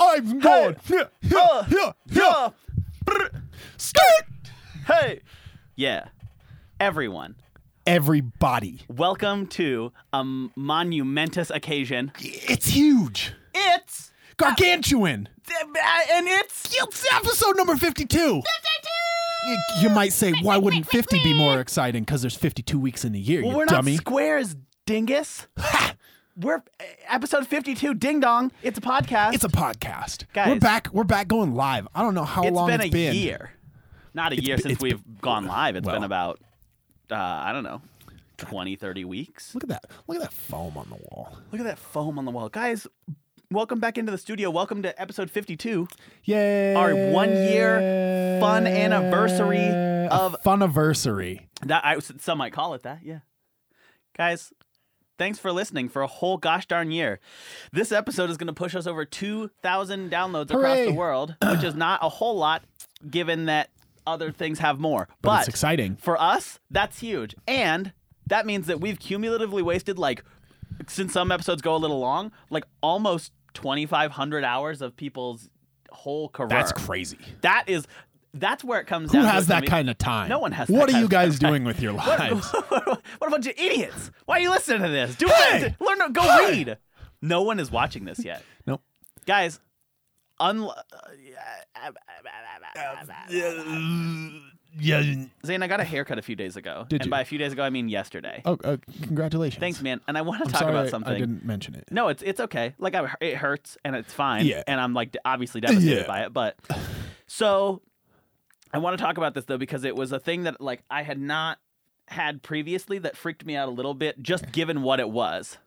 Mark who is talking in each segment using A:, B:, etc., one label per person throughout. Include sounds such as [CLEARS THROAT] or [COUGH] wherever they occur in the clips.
A: I'm going.
B: Yeah,
A: Uh,
B: yeah,
A: yeah.
B: Brr. Skirt.
A: Hey. Yeah. Everyone,
B: Everybody.
A: welcome to a monumentous occasion.
B: It's huge.
A: It's uh,
B: Gargantuan.
A: and it's
B: It's episode number 52. 52! You, you might say, why wouldn't 50 be more exciting? Because there's 52 weeks in a year,
A: well,
B: you
A: we're
B: dummy.
A: not squares, dingus. we're uh, episode 52 ding dong. It's a podcast.
B: it's a podcast. we're
A: Guys.
B: back. We're back going live. I don't know how
A: It's
B: long
A: been
B: it's
A: a
B: been.
A: year. Not a year
B: b-
A: since
B: it's
A: we've gone live. It's
B: well.
A: been about uh, I don't know, 20, 30 weeks.
B: Look at that. Look at that foam on the wall.
A: Look at that foam on the wall. Guys, welcome back into the studio. Welcome to episode 52.
B: Yay!
A: Our one-year fun anniversary of-
B: funniversary.
A: That I some might call it that. Yeah, guys, thanks for listening for a whole gosh darn year. This episode is going to push us over two thousand downloads across
B: Hooray.
A: the
B: [CLEARS THROAT]
A: world, which is not a whole lot, given that other things have more.
B: But,
A: But,
B: it's exciting.
A: for us, that's huge, and that means that we've cumulatively wasted like, since some episodes go a little long, like almost twenty five hundred hours of people's whole career.
B: That's crazy.
A: that is that's where it comes
B: Who
A: down. to
B: has
A: it to
B: that
A: me.
B: kind of time?
A: No one has
B: What
A: that
B: are
A: kind
B: you
A: of
B: guys doing with your lives?
A: [LAUGHS] what a bunch of idiots! Why are you listening to this? Do
B: Hey!
A: it. Learn. Go read. No one is watching this yet,
B: [LAUGHS] nope.
A: guys. uh, Un-
B: Yeah.
A: Zane, I got a haircut a few days ago,
B: Did
A: and
B: you?
A: by a few days ago, I mean yesterday.
B: Oh, uh, congratulations.
A: Thanks, man. And I want to
B: I'm
A: talk
B: sorry
A: about
B: I-
A: something.
B: I didn't mention it.
A: No, it's it's okay. Like I, it hurts and it's fine.
B: Yeah.
A: And I'm like obviously devastated
B: Yeah.
A: by it, but [LAUGHS] so I want to talk about this though because it was a thing that like I had not had previously that freaked me out a little bit just given what it was.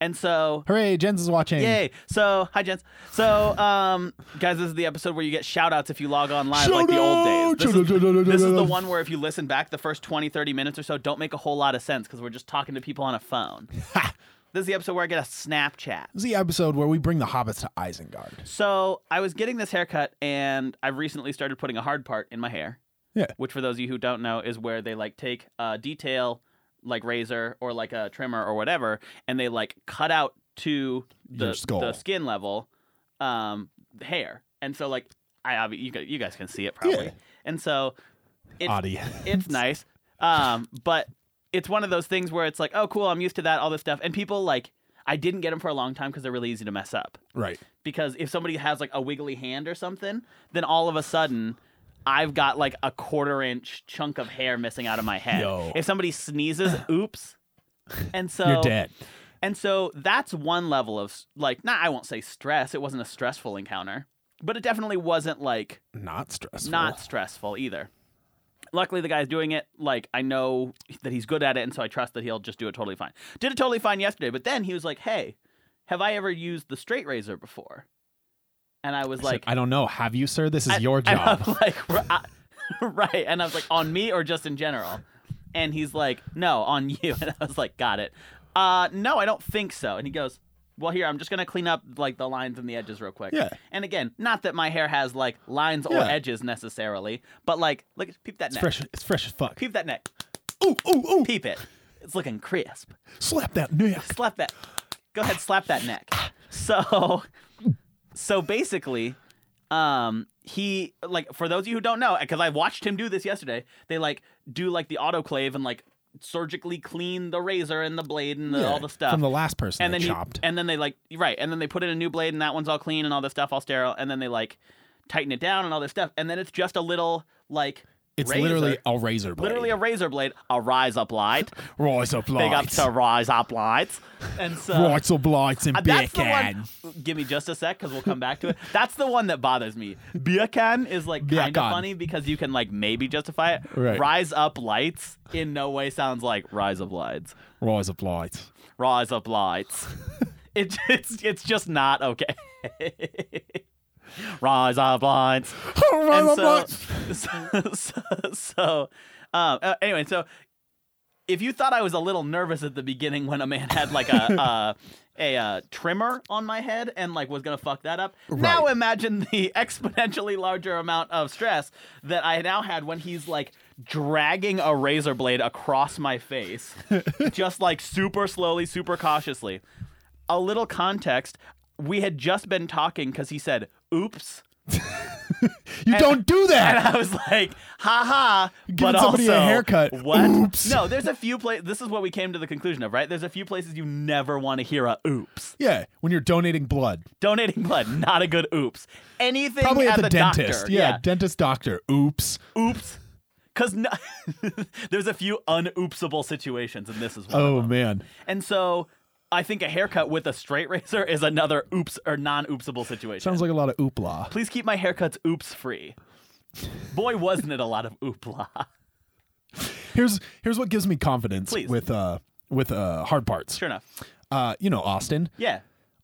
A: And so
B: Hooray, Jens is watching.
A: Yay. So, hi, gents. So, um, guys, this is the episode where you get shout outs if you log on live like the old days. This is,
B: Shout-out!
A: this is the one where if you listen back the first 20, 30 minutes or so, don't make a whole lot of sense because we're just talking to people on
B: [LAUGHS]
A: a phone.
B: Ha!
A: This is the episode where I get a Snapchat.
B: This is the episode where we bring the hobbits to Isengard.
A: So, I was getting this haircut and I've recently started putting a hard part in my hair.
B: Yeah.
A: Which, for those of you who don't know, is where they like take a detail, like razor or like a trimmer or whatever, and they like cut out to the,
B: Your skull.
A: the skin level um, hair. And so, like, I obvi- you, gu- you guys can see it probably.
B: Yeah.
A: And so, It's-
B: Audi.
A: it's nice. Um, but it's one of those things where it's like, oh, cool, I'm used to that, all this stuff. And people like, I didn't get them for a long time because they're really easy to mess up
B: [LAUGHS] Right.
A: because if somebody has like a wiggly hand or something, then all of a sudden I've got like a quarter inch chunk of hair missing out of my head.
B: Yo.
A: If
B: [LAUGHS]
A: somebody sneezes, oops. And so
B: You're dead.
A: and so that's one level of s- like not I won't say stress, it wasn't a stressful encounter, but it definitely wasn't like
B: Not stressful.
A: not stressful either. Luckily, the guy's doing it. Like, I know that he's good at it, and so I trust that he'll just do it totally fine. Did it totally fine yesterday, but then he was like, "Hey, have I ever used the straight razor before?" And I was
B: I said,
A: like,
B: I don't know. Have you, sir? This is
A: I-
B: your
A: and I'm
B: job.
A: [LAUGHS] like, "R- I- right? And I was like, "On me or just in general?" And he's like, "No, on [LAUGHS] you." And I was like, "Got it." Uh, no, I don't think so. And he goes, "Well, here, I'm just gonna clean up like the lines and the edges real quick."
B: Yeah.
A: And again, not that my hair has like lines or
B: Yeah.
A: edges necessarily, but like, look, peep that
B: It's
A: neck.
B: fresh. It's fresh as fuck.
A: Peep that neck.
B: Ooh, ooh, ooh.
A: Peep it. It's looking crisp.
B: Slap that neck.
A: Slap that. Go ahead, slap that neck. So, so basically, um, he like for those of you who don't know, because I watched him do this yesterday. They like do like the autoclave and like surgically clean the razor and the blade and the, all the stuff.
B: From the last person
A: and
B: that
A: then he-
B: chopped.
A: and then they like right, and then they put in a new blade, and that one's all clean and all this stuff all sterile, and then they like tighten it down and all this stuff, and then it's just a little like
B: it's
A: razor.
B: literally a razor blade.
A: literally a razor blade, a rise up
B: [LAUGHS]
A: light,
B: Rise up
A: big up
B: lights.
A: to rise up lights, and so
B: Rise up lights and
A: uh,
B: beer
A: that's
B: can.
A: the one. Uh, Give me just a sec because we'll come back to it. That's the one that bothers me. Beer can is like
B: Beer
A: kind of
B: can.
A: funny because you can like maybe justify it.
B: Right.
A: Rise up lights in no way sounds like rise up lights.
B: Rise up lights. [LAUGHS]
A: Rise up lights. it, it's it's just not okay. [LAUGHS] rise up lights.
B: Rise up
A: so,
B: lights.
A: [LAUGHS] so, so, so, um, uh, anyway, so if you thought I was a little nervous at the beginning when a man had like a a, a, uh trimmer on my head and like was gonna fuck that up, now
B: Right.
A: imagine the [LAUGHS] exponentially larger amount of stress that I now had when he's like dragging a razor blade across my face, just like super slowly, super cautiously. A little context: we had just been talking because he said oops.
B: You don't do
A: [LAUGHS] And
B: that.
A: I was like, ha ha.
B: Giving
A: but
B: somebody a
A: also,
B: haircut.
A: What?
B: Oops.
A: No, there's a few places. This is what we came to the conclusion of, right? There's a few places you never want to hear a oops.
B: Yeah, when you're donating blood,
A: Donating blood, not a good oops. Anything
B: probably
A: at,
B: at the,
A: doctor,
B: dentist. Yeah, dentist doctor. Oops.
A: oops. Because no- [LAUGHS] there's a few unoopsable situations, and this is one.
B: Oh man.
A: And so I think a haircut with a straight razor is another oops or non oopsable situation.
B: Sounds like a lot of oopla.
A: Please keep my haircuts oops free. Boy, wasn't it a lot of oopla. [LAUGHS]
B: Here's here's what gives me confidence
A: Please.
B: with uh with uh hard parts.
A: Sure enough.
B: Uh you know Austin.
A: Yeah.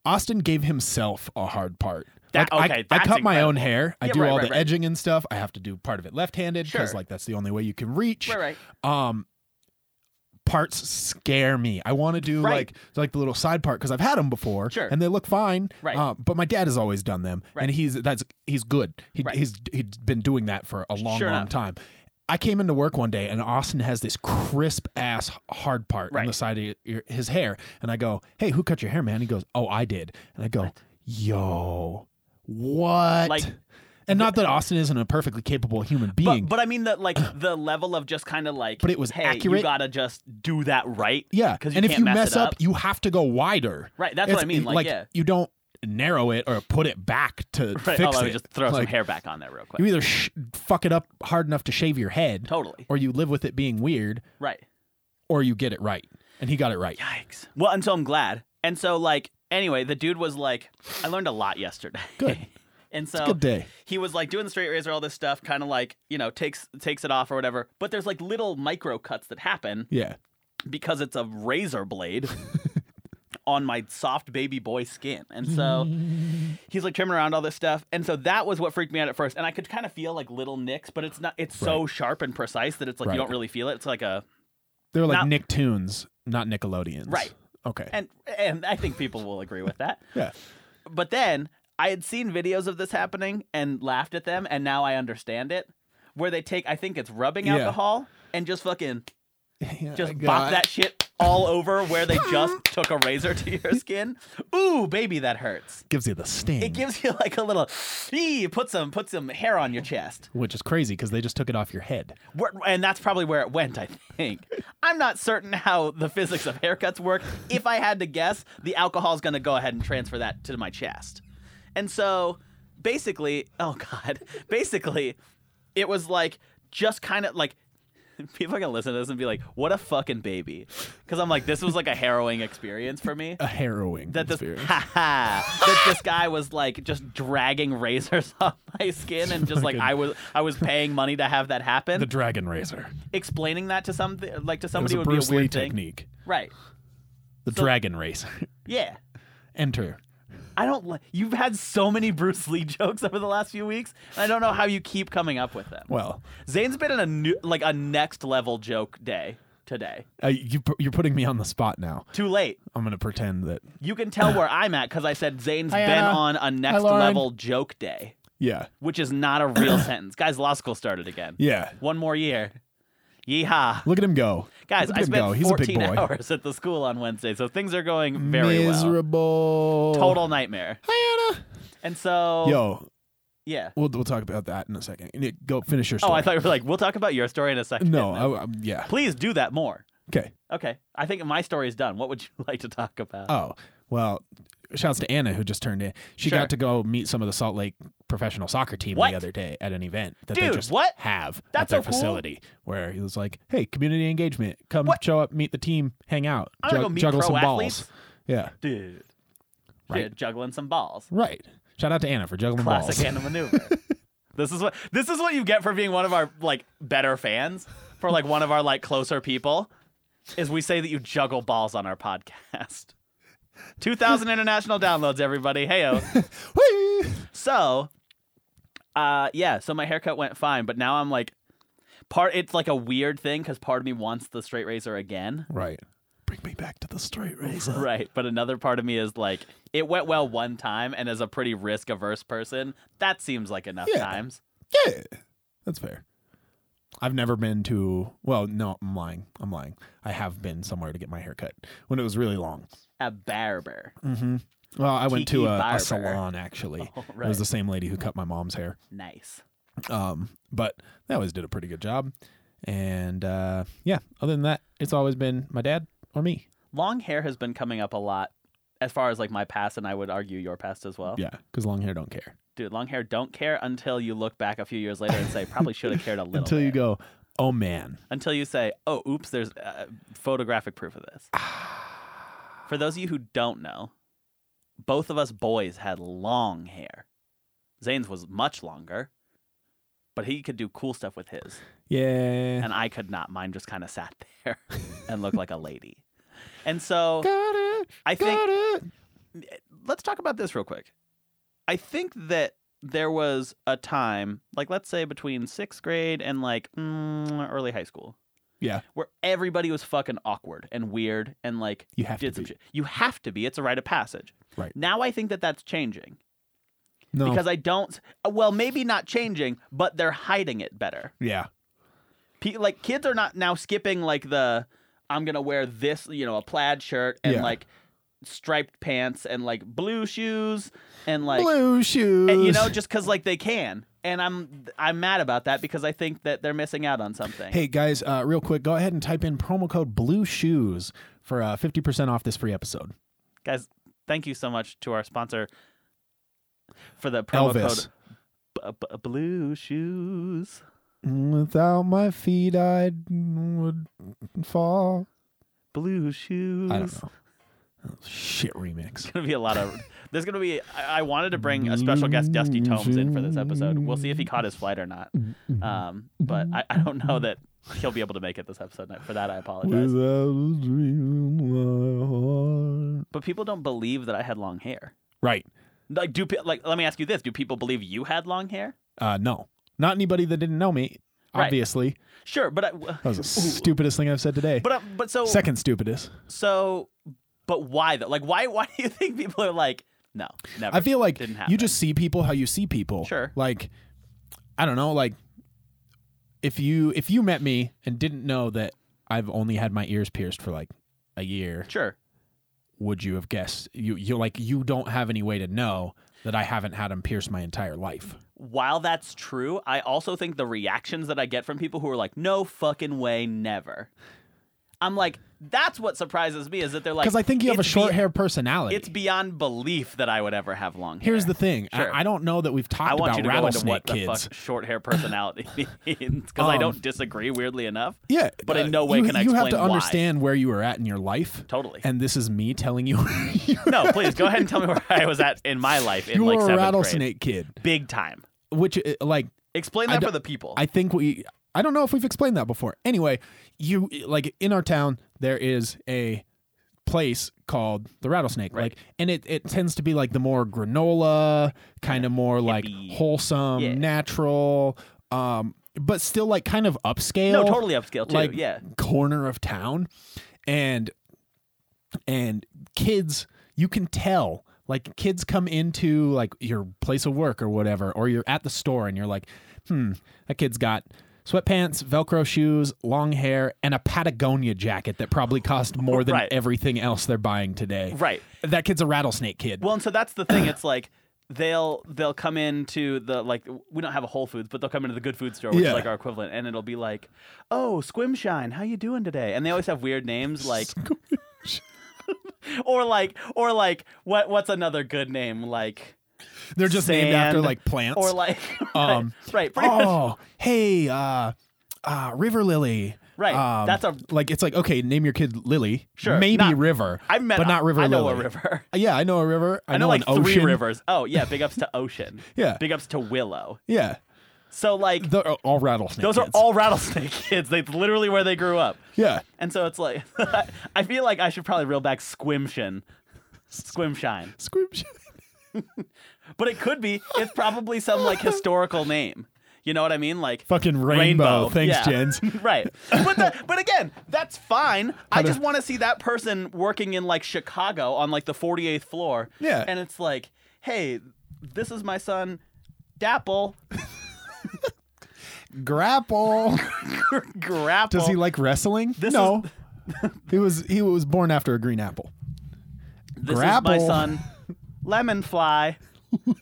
B: Austin gave himself a hard part.
A: That-
B: Like, I-
A: okay,
B: I,
A: that's
B: cut my own
A: incredible.
B: hair. I
A: Yeah,
B: do
A: right,
B: all
A: right,
B: the
A: right.
B: edging and stuff. I have to do part of it left-handed because
A: Sure.
B: like that's the only way you can reach.
A: Right, right.
B: Um, parts scare me. I want to do
A: Right.
B: like like the little side part because I've had them before,
A: Sure.
B: and they look fine.
A: Right.
B: Uh, but my dad has always done them,
A: Right.
B: and he's that's he's good. He,
A: Right.
B: He's he's been doing that for a long,
A: Sure
B: long
A: enough.
B: time. I came into work one day and Austin has this crisp ass hard part on
A: Right.
B: the side of your, his hair, and I go, "Hey, who cut your hair, man?" He goes, "Oh, I did," and I go, "Yo, what?"
A: Like-
B: and not that Austin isn't a perfectly capable human being,
A: But, but I mean that
B: [CLEARS THROAT]
A: like the level of just kind of like
B: But it was
A: hey,
B: accurate.
A: You gotta just do that right.
B: Yeah,
A: Because
B: and
A: can't
B: if you
A: mess,
B: mess
A: it up,
B: you have to go wider.
A: Right, that's what I mean, like, yeah.
B: you don't narrow it or put it back to
A: [LAUGHS] right,
B: fix
A: oh, I
B: it.
A: would just throw some
B: Like,
A: hair back on there real quick.
B: You either sh- fuck it up hard enough to shave your head,
A: totally.
B: [LAUGHS] or you live with it being weird,
A: Right.
B: or you get it right. And he got it right.
A: Yikes. Well, and so I'm glad. And so like anyway, the dude was like, I learned a lot yesterday.
B: Good.
A: [LAUGHS] and so
B: Good day.
A: he was like doing the straight razor, all this stuff, kind of like you know takes takes it off or whatever. But there's like little micro cuts that happen
B: Yeah.
A: because it's a
B: [LAUGHS]
A: razor blade on my soft baby boy skin. And
B: [LAUGHS]
A: so he's like trimming around all this stuff. And so that was what freaked me out at first. And I could kind of feel like little nicks, but it's not it's so sharp and precise that it's like
B: Right.
A: you don't really feel it. It's like a
B: They're like
A: Not-
B: Nicktoons, not Nickelodeons.
A: Right.
B: Okay.
A: and and I think people will agree with that.
B: [LAUGHS]
A: [LAUGHS]
B: yeah.
A: But then I had seen videos of this happening and laughed at them, and now I understand it. Where they take, I think it's rubbing
B: Yeah.
A: alcohol and just fucking
B: Yeah,
A: just
B: I
A: bop
B: got-
A: that shit all over where they just took a razor to your skin. Ooh, baby, that hurts.
B: Gives you the sting.
A: It gives you like a little, ee, put some put some hair on your chest,
B: which is crazy because they just took it off your head.
A: Where- and that's probably where it went. I think I'm not certain how the physics of haircuts work. If I had to guess, the alcohol's going to go ahead and transfer that to my chest, and so basically, oh god, [LAUGHS] basically, it was like just kind of like. [LAUGHS] People are gonna listen to this and be like, "What a fucking baby," because I'm like, this was like a harrowing experience for me
B: A [LAUGHS] harrowing
A: that this
B: experience.
A: ha ha, [LAUGHS] that this guy was like just dragging razors [LAUGHS] on my skin
B: [LAUGHS]
A: and just like I was I was paying money to have that happen.
B: the dragon razor.
A: Explaining that to something like
B: It
A: to
B: was
A: somebody
B: a
A: would
B: Bruce
A: be a weird
B: Lee
A: thing.
B: technique.
A: Right.
B: The dragon razor.
A: Yeah.
B: Enter.
A: I don't like you've had so many Bruce Lee [LAUGHS] jokes over the last few weeks. And I don't know how you keep coming up with them.
B: Well,
A: Zane's been in a new like a next level joke day today.
B: Uh, you, pu- you're putting me on the spot now.
A: Too late.
B: I'm gonna pretend that.
A: You can tell where I'm at because I said Zane's
B: Hi,
A: been
B: Anna.
A: on a next
B: Lauren.
A: level joke day,
B: Yeah,
A: which is not a
B: [COUGHS]
A: real sentence. Guys, law school started again.
B: yeah.
A: One more year. Yeehaw.
B: Look at him go,
A: Guys,
B: Look at
A: I
B: him go.
A: spent
B: He's a big
A: 14
B: boy.
A: [LAUGHS] hours at the school on Wednesday, so things are going very well.
B: Miserable.
A: Total nightmare.
B: Hi Anna.
A: And so,
B: Yo,
A: yeah.
B: we'll we'll talk about that in a second. Nick, Go finish your story.
A: Oh, I thought you were like, we'll talk about your story in a second.
B: No, I, I, yeah.
A: Please do that more.
B: Okay.
A: Okay. I think my story is done. What would [LAUGHS] you like to talk about?
B: Oh well. Shouts to Anna who just turned in. She
A: Sure.
B: got to go meet some of the Salt Lake professional soccer team
A: What?
B: the other day at an event that
A: Dude,
B: they just
A: what?
B: have
A: That's
B: at their
A: so cool.
B: facility. Where he was like, "Hey, community engagement. Come
A: What?
B: show up, meet the team, hang out,
A: I'm gonna
B: jug-
A: go meet
B: juggle
A: pro
B: some
A: athletes.
B: balls." Yeah,
A: Dude.
B: Right.
A: Yeah, juggling some balls.
B: right. Shout out to Anna for juggling
A: Classic
B: balls.
A: Anna maneuver.
B: [LAUGHS]
A: this is what this is what you get for being one of our like better fans, for like one of our like closer people, is we say that you juggle balls on our podcast. [LAUGHS] Two thousand international downloads, everybody. Heyo.
B: Whee!
A: So, uh, yeah. So my haircut went fine, but now I'm like, part. It's like a weird thing because part of me wants the straight
B: [LAUGHS]
A: razor again.
B: Right. Bring me back to the straight razor.
A: [LAUGHS] Right, but another part of me is like, it went well one time, and as a pretty risk averse person, that seems like enough
B: Yeah.
A: times.
B: Yeah. That's fair. I've never been to well, no, I'm lying. I'm lying. I have been somewhere to get my hair cut when it was really long.
A: A barber.
B: Mm-hmm. Well, I went
A: Tiki
B: to a,
A: barber.
B: a salon actually.
A: E [LAUGHS] Oh,
B: It
A: right.
B: was the same lady who cut my mom's hair.
A: Nice.
B: Um, but they always did a pretty good job. And uh, yeah, other than that, it's always been my dad or me.
A: Long hair has been coming up a lot as far as like my past and I would argue your past as well.
B: Yeah, because long hair don't care.
A: Dude, long hair don't care until you look back a few years later and say probably should have cared a little.
B: [LAUGHS] Until you
A: there."
B: go, oh man,
A: until you say, "Oh, oops, there's uh, photographic proof of this." For those of you who don't know, both of us boys had long hair. Zane's was much longer, but he could do cool stuff with his,
B: yeah.
A: and I could not. Mine just kind of sat [LAUGHS] there and looked like a lady. And so
B: got it.
A: I think
B: got it.
A: let's talk about this real quick. I think that there was a time, like let's say between sixth grade and like mm, early high school,
B: Yeah,
A: where everybody was fucking awkward and weird and like
B: you have
A: did
B: to.
A: some
B: be.
A: shit. You have to be. It's a rite of passage.
B: Right. Oh.
A: Now I think that that's changing
B: No.
A: because I don't. Well, maybe not changing, but they're hiding it better.
B: yeah.
A: Pe- like kids are not now skipping like the I'm gonna wear this, you know, a plaid shirt and
B: Yeah.
A: like striped pants and like blue shoes and like
B: Blue shoes.
A: and, Uh, you know just because like they can. And I'm I'm mad about that because I think that they're missing out on something.
B: Hey guys, uh, real quick, go ahead and type in promo code Blue Shoes for uh, 50% off this free episode.
A: guys thank you so much to our sponsor for the promo
B: Elvis.
A: code b- b- blue shoes
B: Without my feet, I would fall.
A: blue shoes
B: I don't know. Oh, Shit remix.
A: There's gonna be a lot of there's gonna be I, I wanted to bring a special guest dusty tomes in for this episode we'll see if he caught his flight or not
B: Mm-hmm.
A: um, but I, I don't know that he'll be able to make it this episode for that i apologize but people don't believe that i had long hair
B: Right.
A: like do pe- like let me ask you this do people believe you had long hair
B: Uh, no. Not anybody that didn't know me,
A: Right.
B: obviously.
A: sure but I,
B: That was the stupidest thing I've said today.
A: but I, but so
B: Second stupidest.
A: So, but why though? Like, why? [LAUGHS] Why do you think people are like, no, never?
B: I feel like
A: Didn't
B: you
A: happen.
B: just see people how you see people.
A: Sure.
B: Like, I don't know. Like, if you if you met me and didn't know that I've only had my ears pierced for like a year,
A: sure.
B: would you have guessed? You you like you don't have any way to know that I haven't had them pierced my entire life.
A: While that's true, I also think the reactions that I get from people who are like, no fucking way, never. I'm like, that's what surprises me is that they're like,
B: Because I think you have a
A: it's
B: short
A: be-
B: hair personality.
A: It's beyond belief that I would ever have long hair.
B: Here's the thing.
A: Sure.
B: I, I don't know that we've talked
A: I want
B: about
A: you to go into
B: rattlesnake
A: what the
B: kids.
A: fuck short hair personality [LAUGHS] means because I
B: Um,
A: don't disagree. Weirdly enough,
B: Yeah,
A: But in
B: uh,
A: no way
B: you,
A: can I
B: you have
A: explain
B: to
A: why.
B: understand where you are at in your life.
A: Totally.
B: And this is me telling you, [LAUGHS] you
A: no, please go ahead and tell me where I was at in my
B: [LAUGHS]
A: life in
B: were
A: like
B: a
A: seventh grade,
B: rattlesnake kid,
A: big time.
B: which uh, like
A: Explain
B: I
A: that
B: don't-
A: for the people.
B: I think we I don't know if we've explained that before. Anyway, you like in our town there is a place called the rattlesnake
A: Right.
B: like and it, it tends to be like the more granola kind of more like
A: hippie.
B: wholesome
A: Yeah.
B: natural um but still like kind of upscale
A: no, totally upscale too.
B: like
A: yeah,
B: corner of town and and kids you can tell like kids come into like your place of work or whatever or you're at the store and you're like hmm that kid's got sweatpants velcro shoes long hair and a patagonia jacket that probably cost more than
A: Right.
B: everything else they're buying today
A: right.
B: that kid's a rattlesnake kid
A: Well, and so that's the thing. It's like they'll they'll come into the like we don't have a Whole Foods, but they'll come into the good food store, which
B: Yeah.
A: is like our equivalent, and it'll be like, "Oh, Squimshine, how you doing today?" And they always have weird
B: [LAUGHS]
A: names like. [LAUGHS] or like or like what what's another good name like
B: they're just named after
A: sand
B: like plants
A: or like [LAUGHS]
B: Um,
A: right, right pretty much
B: oh hey uh uh river lily Um,
A: Right. That's a-
B: like it's like okay name your kid lily
A: Sure,
B: maybe
A: not-
B: river
A: I've met
B: but not river
A: I know
B: lily Uh,
A: a river
B: yeah i know a river i,
A: I know like
B: an
A: three
B: ocean.
A: rivers oh yeah big
B: [LAUGHS]
A: ups to ocean
B: Yeah.
A: big ups to willow
B: yeah
A: so like
B: They're all rattlesnake
A: Those
B: kids.
A: are all rattlesnake [LAUGHS] kids. That's literally where they grew up.
B: yeah
A: And so it's like, [LAUGHS] I feel like I should probably reel back Squimshin. Squimshine.
B: Squib-
A: But it could be, it's probably some like historical name. You know what I mean? Like
B: fucking rainbow, thanks
A: yeah.
B: jens
A: [LAUGHS] right. But that, but again, that's fine. I
B: do-
A: just want to see that person working in like Chicago on like the 48th floor.
B: Yeah.
A: And it's like, hey, this is my son, Dapple. [LAUGHS]
B: grapple
A: Grapple.
B: does he like wrestling
A: This
B: no [LAUGHS] he was he was born after a green apple
A: This is
B: [LAUGHS]
A: my
B: Grapple.
A: son, lemon fly.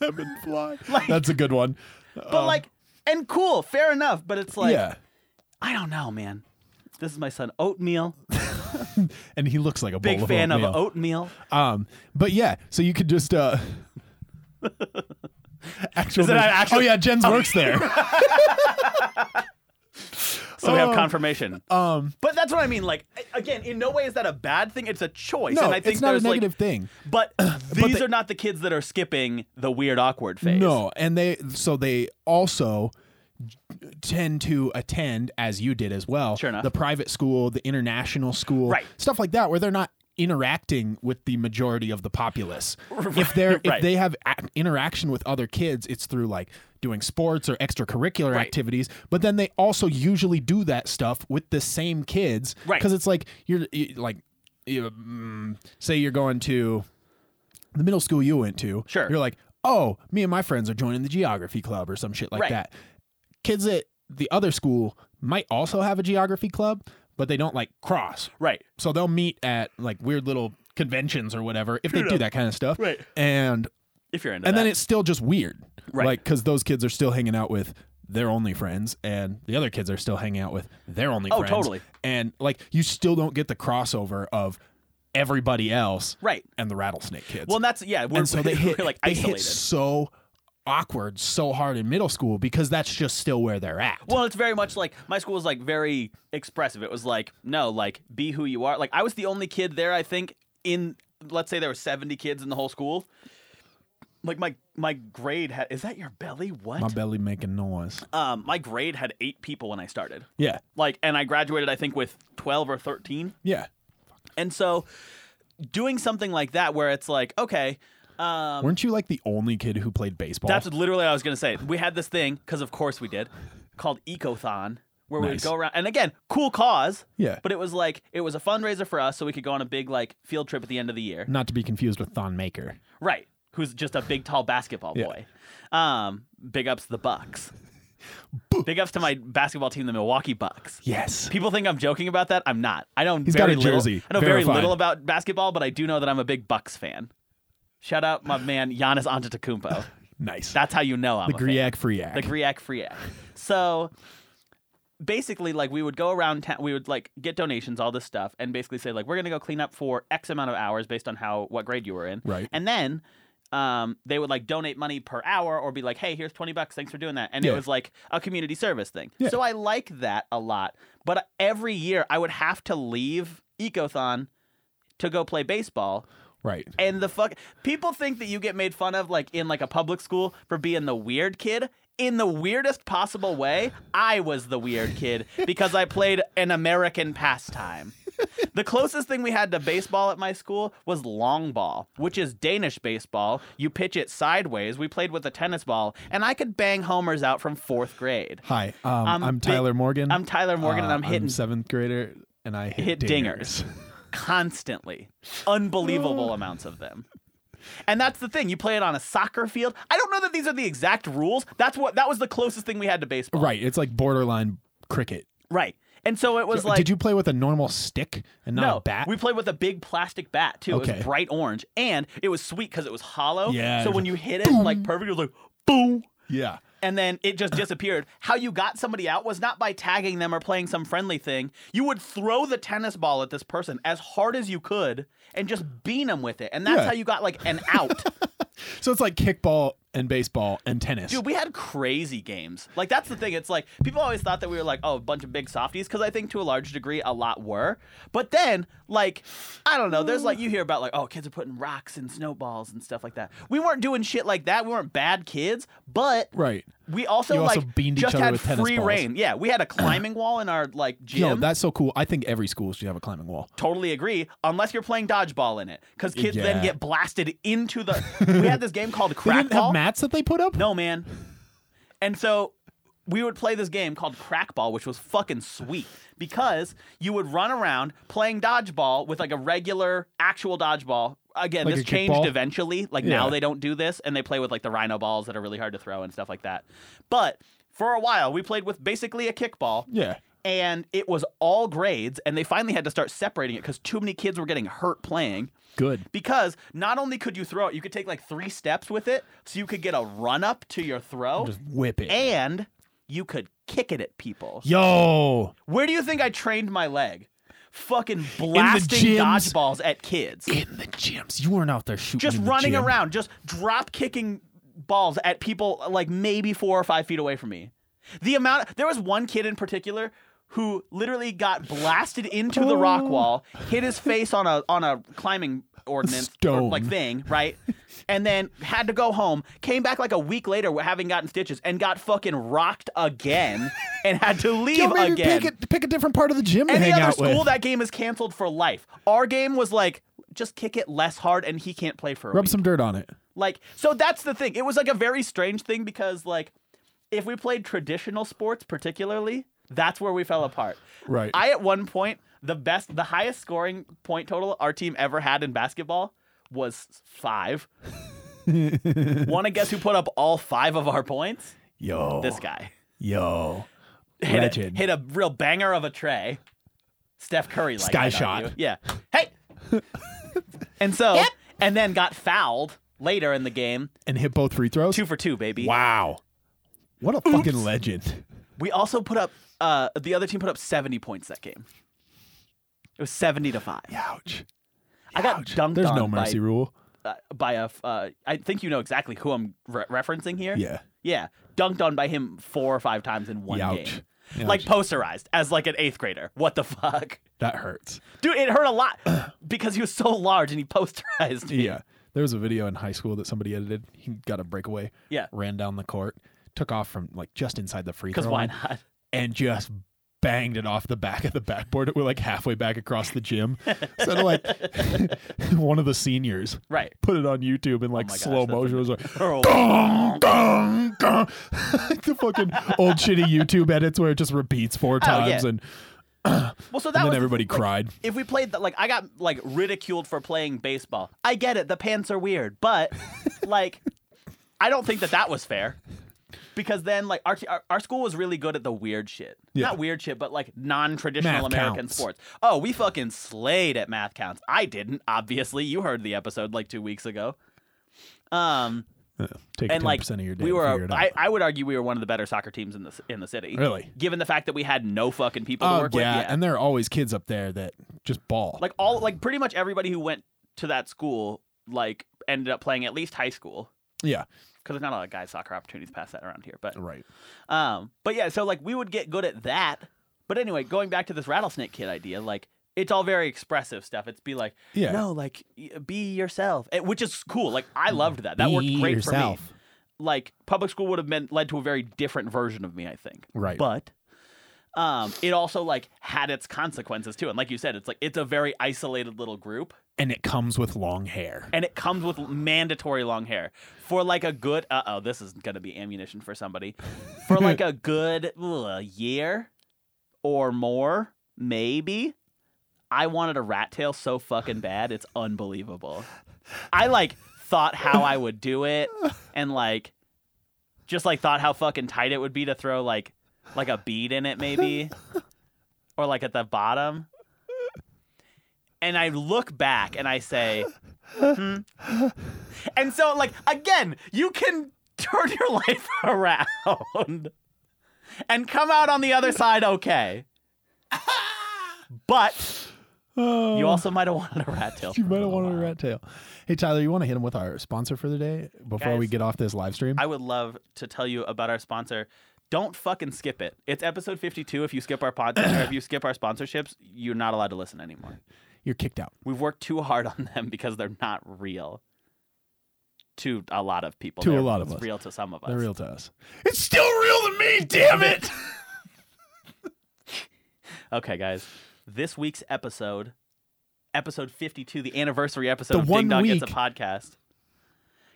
B: lemon fly.
A: [LAUGHS] Like-
B: That's a good one.
A: But
B: Oh.
A: like, and cool, fair enough. But it's like,
B: yeah.
A: I don't know, man. This is my son, oatmeal.
B: [LAUGHS] And he looks like a
A: Big
B: bowl
A: fan
B: of oatmeal.
A: of oatmeal.
B: Um, but yeah, so you could just
A: [LAUGHS]
B: uh, actual.
A: it an actual-
B: oh yeah, Jen's works
A: [LAUGHS]
B: there.
A: So we have
B: Um,
A: confirmation.
B: Um,
A: But that's what I mean. Like, a- again, in no way is that a bad thing. It's a choice.
B: no,
A: and I think
B: it's not a
A: there's
B: negative
A: like,
B: thing. [CLEARS THROAT]
A: But these
B: they-
A: are not the kids that are skipping the weird, awkward phase.
B: No, and they so they also tend to attend as you did as well.
A: Sure enough.
B: the private school, the international school,
A: Right.
B: Stuff like that, where they're not interacting with the majority of the
A: [LAUGHS]
B: populace. If they're
A: Right.
B: if they have a- interaction with other kids, it's through like doing sports or extracurricular
A: Right.
B: activities. But then they also usually do that stuff with the same kids,
A: Right.
B: Because it's like you're you, like, you, mm, say you're going to the middle school you went to,
A: Sure.
B: you're like, oh, me and my friends are joining the geography club or some shit like
A: Right.
B: that. Kids at the other school might also have a geography club, but they don't like cross.
A: Right.
B: So they'll meet at like weird little conventions or whatever if they do that kind of stuff.
A: Right.
B: And
A: If you're into
B: and
A: that.
B: then it's still just weird.
A: Right.
B: Like cuz those kids are still hanging out with their only friends and the other kids are still hanging out with their only
A: Oh,
B: friends.
A: totally.
B: And like you still don't get the crossover of everybody else
A: right.
B: and the rattlesnake kids
A: Well, and that's yeah. We're,
B: and
A: [LAUGHS]
B: so they
A: we're,
B: hit
A: like
B: they
A: isolated.
B: hit so awkward so hard in middle school because that's just still where they're at
A: well, it's very much like my school was like very expressive. It was like no, like be who you are. Like I was the only kid there. I think in let's say there were seventy kids in the whole school. Like my my grade had is that your belly? What?
B: my belly making noise
A: um, my grade had eight people when I started.
B: yeah
A: Like, and I graduated I think with twelve or thirteen.
B: yeah
A: And so, doing something like that where it's like okay. Um,
B: weren't you like the only kid who played baseball
A: That's literally what I was gonna say. We had this thing because, of course, we did, called Ecothon, where we would
B: Nice.
A: go around. And again, cool cause.
B: Yeah.
A: But it was like it was a fundraiser for us, so we could go on a big like field trip at the end of the year.
B: not to be confused with thon maker
A: Right. Who's just a big, tall basketball
B: Yeah.
A: boy. Um, big ups to the Bucks. big ups to my basketball team, the Milwaukee Bucks.
B: yes
A: People think I'm joking about that. I'm not. I know
B: got
A: very
B: a
A: little.
B: jersey.
A: I know very
B: Verified.
A: little about basketball, but I do know that I'm a big Bucks fan. Shout out my man Giannis Antetokounmpo.
B: [LAUGHS] nice
A: That's how you know I'm
B: the
A: a fan.
B: griak friak
A: The Griac Friac. So basically, like we would go around town, we would like get donations, all this stuff, and basically say like we're gonna go clean up for X amount of hours based on how what grade you were in,
B: Right.
A: And then um, they would like donate money per hour or be like, hey, here's twenty bucks, thanks for doing that, and it
B: Yeah.
A: was like a community service thing.
B: Yeah.
A: So I like that a lot, but every year I would have to leave Ecothon to go play baseball
B: right
A: and the fuck people think that you get made fun of like in like a public school for being the weird kid in the weirdest possible way i was the weird kid because i played an american pastime the closest thing we had to baseball at my school was long ball which is danish baseball you pitch it sideways we played with a tennis ball and i could bang homers out from fourth grade
B: hi um,
A: I'm
B: i'm,
A: big-
B: tyler morgan
A: i'm tyler morgan and
B: Uh,
A: i'm hitting
B: seventh grader and i hit,
A: hit dingers constantly,
B: Oh.
A: unbelievable amounts of them. And that's the thing. You play it on a soccer field. I don't know that these are the exact rules. That's what that was the closest thing we had to
B: [LAUGHS]
A: baseball.
B: right it's like borderline cricket
A: Right. And so it was like
B: did you play with a normal stick and not
A: no,
B: a bat
A: we played with a big plastic bat too. It
B: Okay.
A: was bright orange, and it was sweet because it was hollow.
B: Yeah,
A: So
B: it
A: when you hit it like perfect, it was like boom,
B: yeah
A: and then it just disappeared. How you got somebody out was not by tagging them or playing some friendly thing. You would throw the tennis ball at this person as hard as you could and just bean them with it. And that's
B: Yeah.
A: how you got like an out.
B: So it's like kickball and baseball and tennis.
A: Dude, we had crazy games. Like that's the thing. It's like people always thought that we were like, oh, a bunch of big softies, because I think to a large degree a lot were. But then, like, I don't know. There's like you hear about like, oh, kids are putting rocks and snowballs and stuff like that. We weren't doing shit like that. We weren't bad kids, but
B: right.
A: we also,
B: You also
A: like
B: beamed each
A: just
B: other
A: had
B: with tennis
A: free
B: balls.
A: reign. Yeah, we
B: [CLEARS THROAT]
A: had a climbing wall in our like gym.
B: Yo, that's so cool. I think every school should have a climbing wall.
A: totally agree, unless you're playing dodgeball in it, because kids then
B: Yeah.
A: get blasted
B: [LAUGHS]
A: into the. we had this game called
B: They didn't have
A: crackball.
B: mats that they put up?
A: no man, and so we would play this game called crackball, which was fucking sweet because you would run around playing dodgeball with like a regular actual dodgeball. Again,
B: Like
A: this
B: a
A: changed
B: kickball?
A: eventually. Like now
B: Yeah.
A: they don't do this and they play with like the rhino balls that are really hard to throw and stuff like that. But for a while, we played with basically a kickball
B: Yeah.
A: and it was all grades, and they finally had to start separating it because too many kids were getting hurt playing.
B: Good.
A: Because not only could you throw it, you could take like three steps with it, so you could get a run up to your throw,
B: Just whip it.
A: and you could kick it at people.
B: Yo,
A: Where do you think I trained my leg? Fucking blasting
B: gyms.
A: dodgeballs at kids.
B: in the gyms. You weren't out there shooting.
A: Just
B: in the
A: running
B: gym.
A: around, just drop kicking balls at people like maybe four or five feet away from me. The amount there was one kid in particular who literally got blasted into the rock wall, hit his face on a on a climbing ordinance or
B: Stone.
A: like thing, right? And then had to go home, came back like a week later having gotten stitches and got fucking rocked again and
B: [LAUGHS]
A: had to leave
B: Yo, maybe
A: again.
B: pick a, pick a different part of the gym to
A: Any
B: hang
A: other
B: out
A: school,
B: with.
A: that game is canceled for life. Our game was like, just kick it less hard, and he can't play for a
B: Rub
A: week.
B: some dirt on it.
A: Like, so that's the thing. It was like a very strange thing because, like, if we played traditional sports, particularly, that's where we fell apart.
B: Right.
A: I at one point the best, the highest scoring point total our team ever had in basketball was
B: [LAUGHS]
A: five. Want to guess who put up all five of our points?
B: yo,
A: This guy
B: yo,
A: hit a,
B: Oh, Legend.
A: hit a real banger of a tray. Steph Curry like
B: Sky
A: that on
B: shot.
A: you. Yeah.
B: [LAUGHS]
A: Hey. and so and then got fouled later in the game.
B: and hit both free throws.
A: Two for two, baby.
B: Wow, what a fucking legend.
A: We also put up uh the other team put up 70 points that game. It was 70 to 5.
B: Ouch.
A: I got
B: Ouch.
A: dunked
B: There's
A: on
B: no mercy rule.
A: by, uh, by a f- uh, I think you know exactly who I'm re- referencing here.
B: Yeah.
A: Yeah, dunked on by him four or five times in one
B: Youch.
A: game.
B: Youch.
A: Like posterized as like an 8th grader. What the fuck? [LAUGHS]
B: That hurts.
A: Dude, it hurt
B: [CLEARS THROAT]
A: a lot because he was so large and he posterized me.
B: Yeah. There was a video in high school that somebody edited. He got a breakaway,
A: Yeah.
B: ran down the court, took off from like just inside the free throw
A: Because why
B: line,
A: not?
B: and just banged it off the back of the backboard. We're like halfway back across the gym. so like [LAUGHS] one of the seniors
A: Right.
B: put it on YouTube in like
A: my gosh,
B: slow
A: that's
B: motion. It was like
A: Oh,
B: "Gong, gong, gong." [LAUGHS] Like the fucking old shitty YouTube edits where it just repeats four
A: Oh, yeah.
B: times and,
A: well, so that
B: and then
A: was
B: everybody cried.
A: if we played the, like I got like ridiculed for playing baseball. I get it, the pants are weird,
B: [LAUGHS]
A: but like I don't think that that was fair. Because then like our, our our school was really good at the weird shit.
B: Yeah.
A: Not weird shit, but like non-traditional
B: Math
A: American
B: counts.
A: sports. Oh, we fucking slayed at math counts. I didn't, obviously. You heard the episode like 2 weeks ago. Um
B: Uh, take
A: and
B: 10%
A: like
B: of your day
A: we
B: and figure
A: were
B: it out.
A: I, I would argue we were one of the better soccer teams in the c- in the city.
B: Really?
A: Given the fact that we had no fucking people to
B: Oh
A: work
B: yeah,
A: with. Yeah.
B: and there are always kids up there that just ball.
A: like all like pretty much everybody who went to that school like ended up playing at least high school
B: yeah,
A: because there's not a lot of guys soccer opportunities past that around here. But
B: right.
A: um but yeah, so like we would get good at that. But anyway, going back to this rattlesnake kid idea, like it's all very expressive stuff. It's be like,
B: Yeah.
A: no, like y- be yourself, eh, which is cool. Like I loved that. That worked
B: Mm-hmm. Be
A: great
B: yourself.
A: for me. Like public school would have meant led to a very different version of me, I think.
B: Right.
A: But um, it also like had its consequences too. And like you said, it's like it's a very isolated little group,
B: and it comes with long hair.
A: [LAUGHS] and it comes with mandatory long hair for like a good. Uh oh, this is gonna be ammunition for somebody. For like a good uh, year or more, maybe. I wanted a rat tail so fucking bad, it's unbelievable. I like thought how I would do it, and like just like thought how fucking tight it would be to throw like like a bead in it maybe or like at the bottom and i look back and i say hmm. and so like again you can turn your [LAUGHS] life around and come out on the other side okay but
B: Oh,
A: you also might have wanted a rat tail
B: you
A: for
B: might have
A: little
B: wanted a
A: while.
B: rat tail. Hey Tyler, you want to hit him with our sponsor for the day before we
A: Guys.
B: get off this live stream?
A: I would love to tell you about our sponsor. Don't fucking skip it. It's episode 52. If you skip our podcast or [COUGHS] if you skip our sponsorships, you're not allowed to listen anymore.
B: You're kicked out.
A: We've worked too hard on them because they're not real to a lot of people.
B: To a
A: They're-
B: lot of
A: it's
B: us.
A: real to some of us.
B: They're real to us. It's still real to me, damn it.
A: Okay, guys. This week's episode, episode 52, the anniversary episode
B: The
A: of
B: one
A: Ding Dong It's a
B: week.
A: Podcast.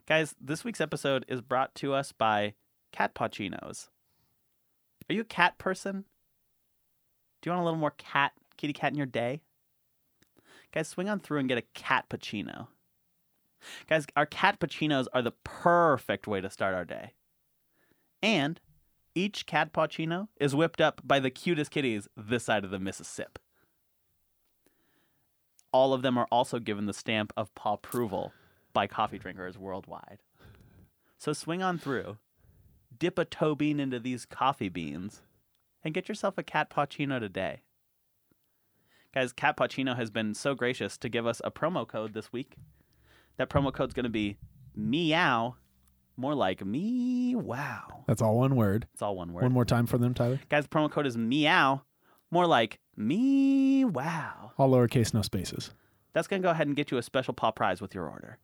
A: Guys, this week's episode is brought to us by Cat Pacinos. Are you a cat person? Do you want a little more cat, kitty cat in your day? Guys, swing on through and get a cat Pacino. Guys, our cat Pacinos are the perfect way to start our day. And Each Cadpacino is whipped up by the cutest kitties this side of the Mississippi. All of them are also given the stamp of paw approval by coffee drinkers worldwide. So swing on through, dip a toe bean into these coffee beans, and get yourself a Catpacino today. Guys, Catpacino has been so gracious to give us a promo code this week. That promo code's going to be meow, more like me wow.
B: That's all one word.
A: It's all one word.
B: One more time for them, Tyler.
A: Guys, the promo code is meow, more like me wow.
B: All lowercase, no spaces.
A: That's going to go ahead and get you a special paw prize with your order.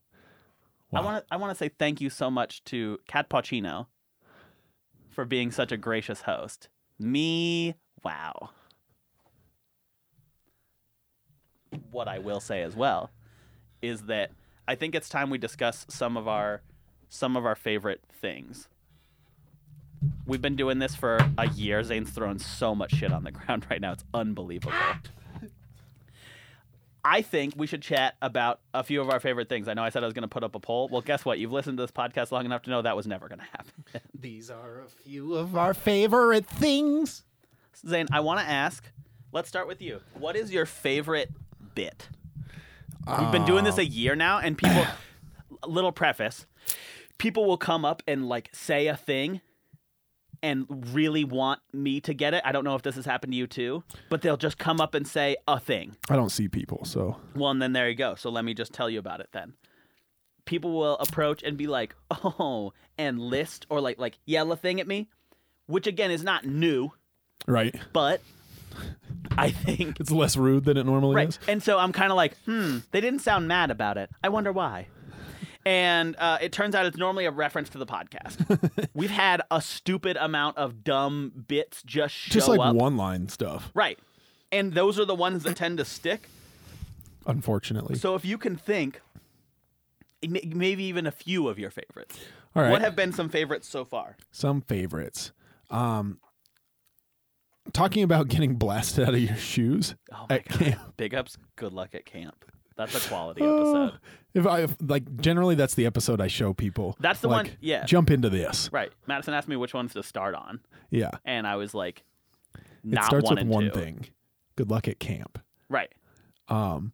A: I
B: Wow.
A: want to I want to say thank you so much to Cat Pacino for being such a gracious host. Me, wow. What I will say as well is that I think it's time we discuss some of our some of our favorite things. We've been doing this for a year. Zane's throwing so much shit on the [LAUGHS] ground right now. It's unbelievable. I think we should chat about a few of our favorite things. I know I said I was going to put up a poll. Well, guess what? You've listened to this podcast long enough to know that was never going to happen.
B: These are a few of our favorite things.
A: Zane, I want to ask. Let's start with you. What is your favorite bit? We've been doing this a year now, and people. little preface: people will come up and like say a thing, and really want me to get it. I don't know if this has happened to you too, but they'll just come up and say a thing.
B: I don't see people, so
A: Well, and then there you go. So let me just tell you about it then. People will approach and be like, [LAUGHS] "Oh," and list or like like yell a thing at me, which again is not new,
B: right.
A: but
B: [LAUGHS]
A: I think
B: It's less rude than it normally
A: right.
B: is.
A: And so I'm kind of like, "Hmm, they didn't sound mad about it. I wonder why." And uh, it turns out it's normally a reference to
B: [LAUGHS]
A: the podcast. We've had a stupid amount of dumb bits just show
B: Just like
A: up,
B: one line stuff,
A: right? And those are the ones that tend to stick.
B: unfortunately.
A: So if you can think, m- maybe even a few of your favorites.
B: All right.
A: What have been some favorites so far?
B: Some favorites. Um talking about [LAUGHS] getting blasted out of your shoes
A: Oh
B: at camp.
A: Big ups. Good luck at camp. That's a quality [LAUGHS]
B: Oh.
A: episode.
B: [GASPS] If I if, like generally that's the episode I show people.
A: That's the one-
B: like,
A: yeah.
B: Jump into this.
A: Right. Madison asked me which ones to start on,
B: Yeah.
A: and I was like,
B: It
A: not
B: starts
A: one
B: with
A: and
B: one
A: two.
B: thing. Good luck at camp.
A: Right.
B: Um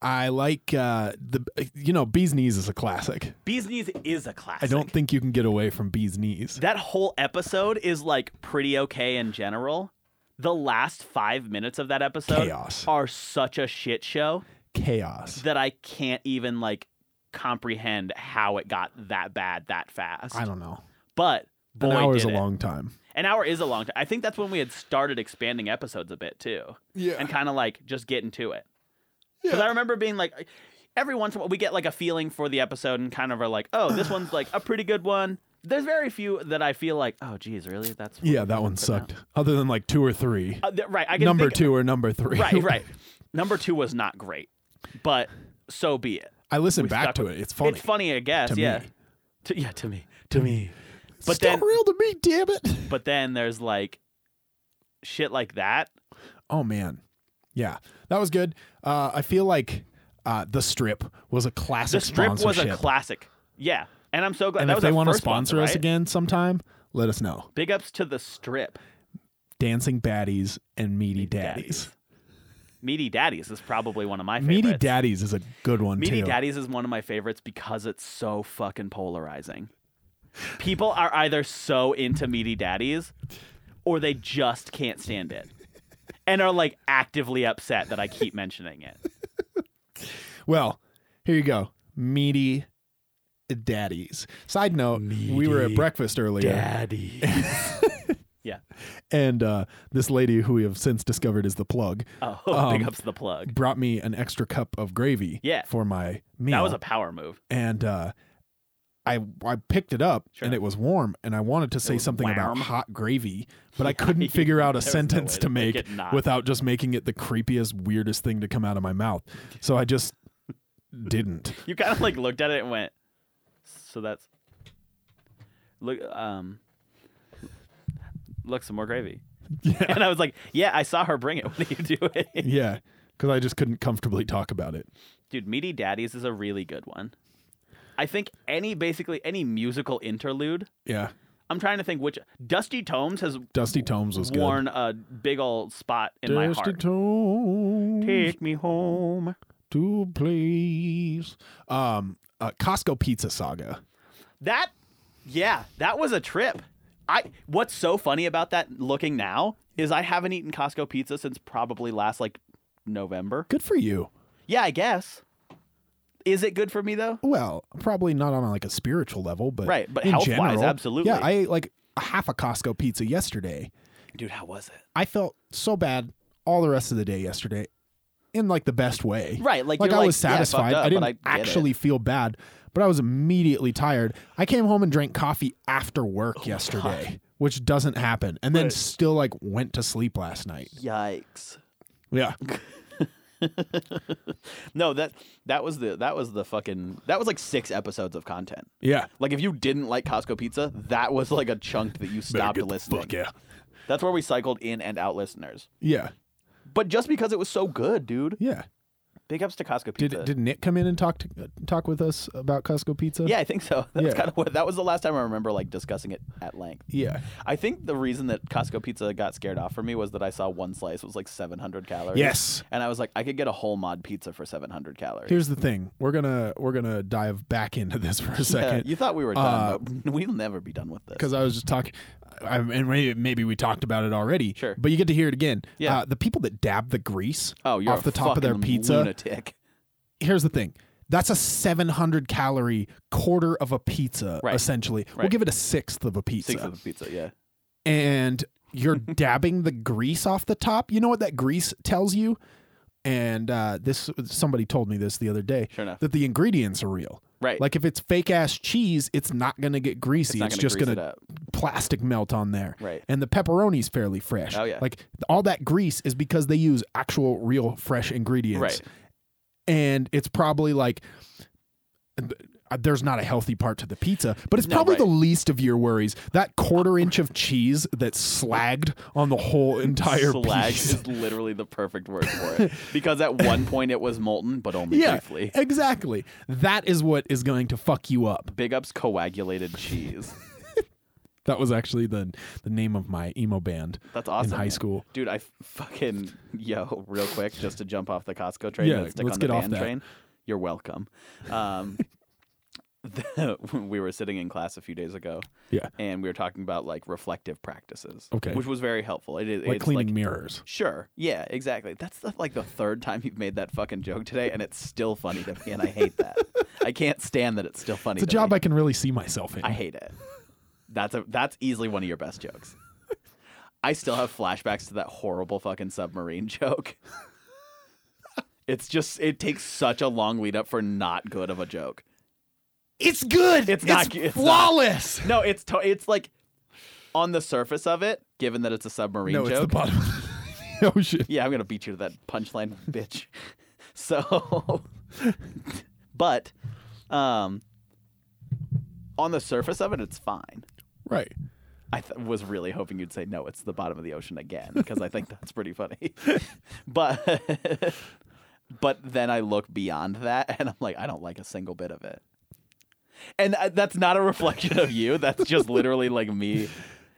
B: I like uh the you know bees knees is a classic.
A: Bee's knees is a
B: I
A: classic.
B: don't think you can get away from bees knees.
A: That whole episode is like pretty okay in general. The last five minutes of that episode
B: Chaos.
A: are such a shit show.
B: Chaos.
A: that I can't even like comprehend how it got that bad that fast.
B: I don't know.
A: But boy,
B: An hour
A: did
B: is a
A: it.
B: long time.
A: An hour is a long time. I think that's when we had started expanding episodes a bit too,
B: Yeah.
A: and kind of like just getting to it. Because I remember being like, every once in a while we get like a feeling for the episode and kind of are like, oh, this one's like a pretty good one. There's very few that I feel like, oh, geez, really? That's what
B: Yeah,
A: we
B: that one
A: picked for now?"
B: sucked. Other than like two or three.
A: Uh, th- right, I can
B: number
A: think-
B: two or number three. [LAUGHS]
A: Right, right. Number two was not great, but so be it.
B: I listen
A: We
B: back
A: stuck
B: to
A: with-
B: it. It's funny.
A: It's funny, I guess.
B: To
A: yeah.
B: me.
A: To, yeah, to me. To me.
B: It's
A: But
B: still
A: then,
B: real to me, damn it.
A: but then there's like shit like that.
B: Oh man, yeah, that was good. Uh, I feel like uh, the strip was a classic.
A: The strip was a
B: sponsorship.
A: classic. Yeah, and I'm so glad.
B: And
A: that
B: if
A: was
B: they
A: our
B: want to
A: first one,
B: sponsor us
A: right?
B: again sometime, let us know.
A: Big ups to the strip.
B: Dancing baddies and meaty daddies.
A: Meaty Daddies is probably one of my favorites.
B: Meaty daddies is a good one
A: Meaty
B: too.
A: Daddies is one of my favorites because it's so fucking polarizing. People are either so into Meaty Daddies or they just can't stand it and are like actively upset that I keep mentioning it.
B: Well, here you go. Meaty daddies. Side note: We were at breakfast earlier. [LAUGHS]
A: Daddy. yeah.
B: and uh, this lady who we have since discovered is the plug
A: Oh, [LAUGHS]
B: Um,
A: big ups to the plug.
B: brought me an extra cup of gravy
A: Yeah.
B: for my meal
A: That was a power move.
B: and uh, I I picked it up
A: Sure.
B: and it was warm and I wanted to say
A: was
B: something about
A: warm.
B: hot gravy but
A: [LAUGHS]
B: I couldn't figure out a
A: There's no
B: sentence
A: way
B: to
A: to make
B: make
A: it not.
B: without just making it the creepiest weirdest thing to come out of my mouth so I
A: [LAUGHS]
B: just didn't
A: You kind of like looked at it and went, so that's look um look some more gravy. [LAUGHS]
B: yeah
A: And I was like, yeah, I saw her bring it. [LAUGHS] What are you doing?
B: yeah because I just couldn't comfortably talk about it
A: Dude, Meaty Daddies is a really good one. I think any basically any musical interlude,
B: yeah
A: I'm trying to think which Dusty Tomes has
B: Dusty Tomes was
A: worn a big old spot in
B: good.
A: my
B: Dusty
A: heart.
B: Tomes.
A: Take me home.
B: to please. Um, uh, Costco Pizza Saga.
A: That, yeah, that was a trip. I what's so funny about that looking now is I haven't eaten Costco pizza since probably last like November.
B: Good for you.
A: Yeah, I guess. Is it good for me though?
B: Well, probably not on like a spiritual level, but
A: Right, but
B: in
A: health-wise,
B: general,
A: absolutely.
B: Yeah, I ate like a half a Costco pizza yesterday.
A: Dude, how was it?
B: I felt so bad all the rest of the day yesterday, in like the best way.
A: Right, like
B: like
A: you're
B: I was
A: yeah, fucked
B: satisfied.
A: up,
B: I
A: but
B: didn't
A: get it.
B: actually feel bad, but I was immediately tired. I came home and drank coffee after work yesterday, which doesn't happen, and then
A: Oh, Right.
B: still like went to sleep last night.
A: Yikes.
B: Yeah,
A: No, that that was the that was the fucking that was like six episodes of content. [LAUGHS]
B: yeah.
A: Like if you didn't like Costco pizza, that was like a chunk that you stopped listening.
B: Fuck yeah,
A: That's where we cycled in and out listeners.
B: yeah,
A: But just because it was so good, dude.
B: yeah.
A: Big ups to Costco
B: Did
A: pizza.
B: did Nick come in and talk to uh, talk with us about Costco Pizza?
A: yeah, I think so. [LAUGHS] That's
B: Yeah.
A: kind of what that was the last time I remember like discussing it at length.
B: yeah,
A: I think the reason that Costco pizza got scared off for me was that I saw one slice was like 700 calories.
B: yes.
A: And I was like, I could get a whole mod pizza for 700 calories.
B: Here's the thing. We're gonna we're gonna dive back into this for a
A: [LAUGHS] Yeah,
B: second. Uh,
A: you thought we were done. but [LAUGHS] we'll never be done with this.
B: because I was just talking, I, and maybe, maybe we talked about it already.
A: Sure.
B: but you get to hear it again.
A: Yeah.
B: uh, the people that dab the grease
A: Oh, you're
B: off
A: a
B: the top of their
A: fucking
B: pizza.
A: Lunatic.
B: [LAUGHS] Here's the thing: that's a 700 calorie quarter of a pizza,
A: Right.
B: essentially. We'll
A: Right.
B: give it a sixth of a pizza,
A: Six of a pizza, yeah.
B: and
A: [LAUGHS]
B: you're dabbing the grease off the top. You know what that grease tells you? And uh, this somebody told me this the other day
A: Sure enough.
B: that the ingredients are real.
A: Right.
B: Like if it's fake ass cheese, it's not gonna get greasy. It's,
A: not gonna
B: just
A: grease
B: gonna
A: it up.
B: plastic melt on there.
A: Right.
B: And the pepperoni's fairly fresh.
A: Oh, yeah.
B: Like all that grease is because they use actual real fresh ingredients.
A: Right.
B: And it's probably like uh, there's not a healthy part to the pizza, but it's
A: No,
B: probably
A: right.
B: the least of your worries. That quarter inch of cheese that's slagged on the whole entire
A: Slag
B: piece.
A: is literally the perfect word for it because at one point it was molten, but
B: [LAUGHS]
A: only
B: Yeah,
A: briefly.
B: exactly. That is what is going to fuck you up.
A: Big ups coagulated cheese.
B: That was actually the the name of my emo band.
A: That's awesome.
B: high
A: man.
B: school.
A: Dude, I f- fucking, [LAUGHS] yo, real quick, just to jump off the Costco train
B: Yeah,
A: and stick
B: let's
A: on the
B: get off
A: band
B: that.
A: train. You're welcome. Um, [LAUGHS] the- [LAUGHS] we were sitting in class a few days ago
B: Yeah.
A: and we were talking about like reflective practices.
B: Okay.
A: Which was very helpful. It is
B: Like
A: it's
B: cleaning
A: like
B: mirrors.
A: Sure. Yeah, exactly. That's the, like the third time you've made that fucking joke today, and it's still funny to me, and I
B: [LAUGHS]
A: hate that. I can't stand that it's still funny.
B: It's a
A: to
B: job
A: me.
B: I can really see myself in.
A: I hate it. That's a that's easily one of your best jokes.
B: [LAUGHS]
A: I still have flashbacks to that horrible fucking submarine [LAUGHS] joke. It's just it takes such a long lead up for not good of a joke.
B: It's good.
A: It's not good. It's not-
B: flawless.
A: No, it's to, it's like on the surface of it, given that it's a submarine
B: No,
A: joke.
B: it's the bottom [LAUGHS] Oh, of the ocean.
A: Yeah, I'm gonna beat you to that punchline,
B: [LAUGHS]
A: bitch. So, [LAUGHS] but, um, on the surface of it, it's fine.
B: Right.
A: I th- was really hoping you'd say no. It's the bottom of the ocean again because I think that's pretty funny. [LAUGHS] but, [LAUGHS] but then I look beyond that and I'm like, I don't like a single bit of it. And I, that's not a reflection of you. That's just literally like me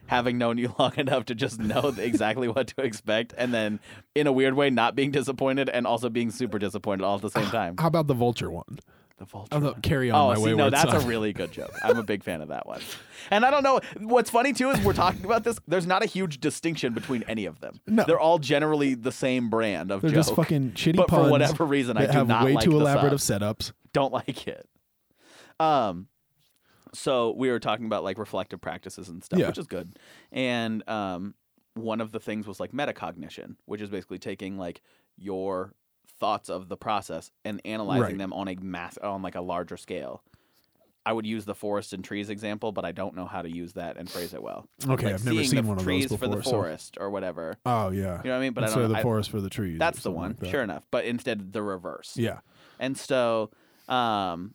A: having known you long enough to just know th- exactly what to expect, and then in a weird way, not being disappointed and also being super disappointed all at the same time.
B: How about the vulture one?
A: The vulture.
B: Oh, no, carry on
A: Oh,
B: my
A: see,
B: wayward
A: no, that's
B: son.
A: a really good joke. I'm a big fan of that one. And I don't know. What's funny too is we're talking about this. There's not a huge distinction between any of them.
B: No.
A: they're all generally the same brand of
B: They're
A: joke.
B: just fucking shitty
A: But
B: puns
A: for whatever reason, I
B: that
A: do
B: have
A: not
B: way
A: like
B: too
A: the
B: elaborate
A: sub.
B: of setups.
A: Don't [LAUGHS] like it. Um, so we were talking about like reflective practices and stuff,
B: Yeah.
A: which is good. And um, one of the things was like metacognition, which is basically taking like your thoughts of the process and analyzing
B: Right.
A: them on a mass on like a larger scale. I would use the forest and trees example, but I don't know how to use that and phrase it well.
B: Okay,
A: Like
B: I've never
A: seeing
B: seen
A: the
B: one of those
A: trees
B: before.
A: for the
B: so-
A: forest or whatever.
B: Oh yeah.
A: You know what I mean? But
B: Instead
A: I
B: of
A: don't.
B: the
A: know. I-
B: forest for the trees. or
A: that's the
B: something
A: one.
B: like that.
A: sure enough, but instead the reverse.
B: Yeah.
A: And so um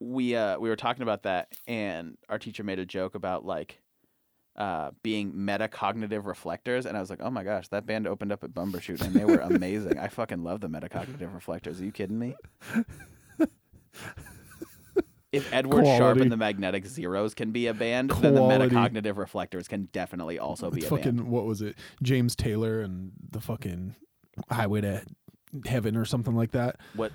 A: we uh we were talking about that and our teacher made a joke about like uh being metacognitive reflectors and I was like, "Oh my gosh, that band opened up at Bumbershoot and
B: [LAUGHS]
A: they were amazing. I fucking love the metacognitive reflectors. Are you kidding me?" If Edward Sharp
B: Quality.
A: and the Magnetic Zeros can be a band, then the
B: Quality.
A: Metacognitive Reflectors can definitely also be
B: It's
A: a
B: fucking
A: band.
B: what was it? James Taylor and the fucking Highway to Heaven or something like that.
A: What?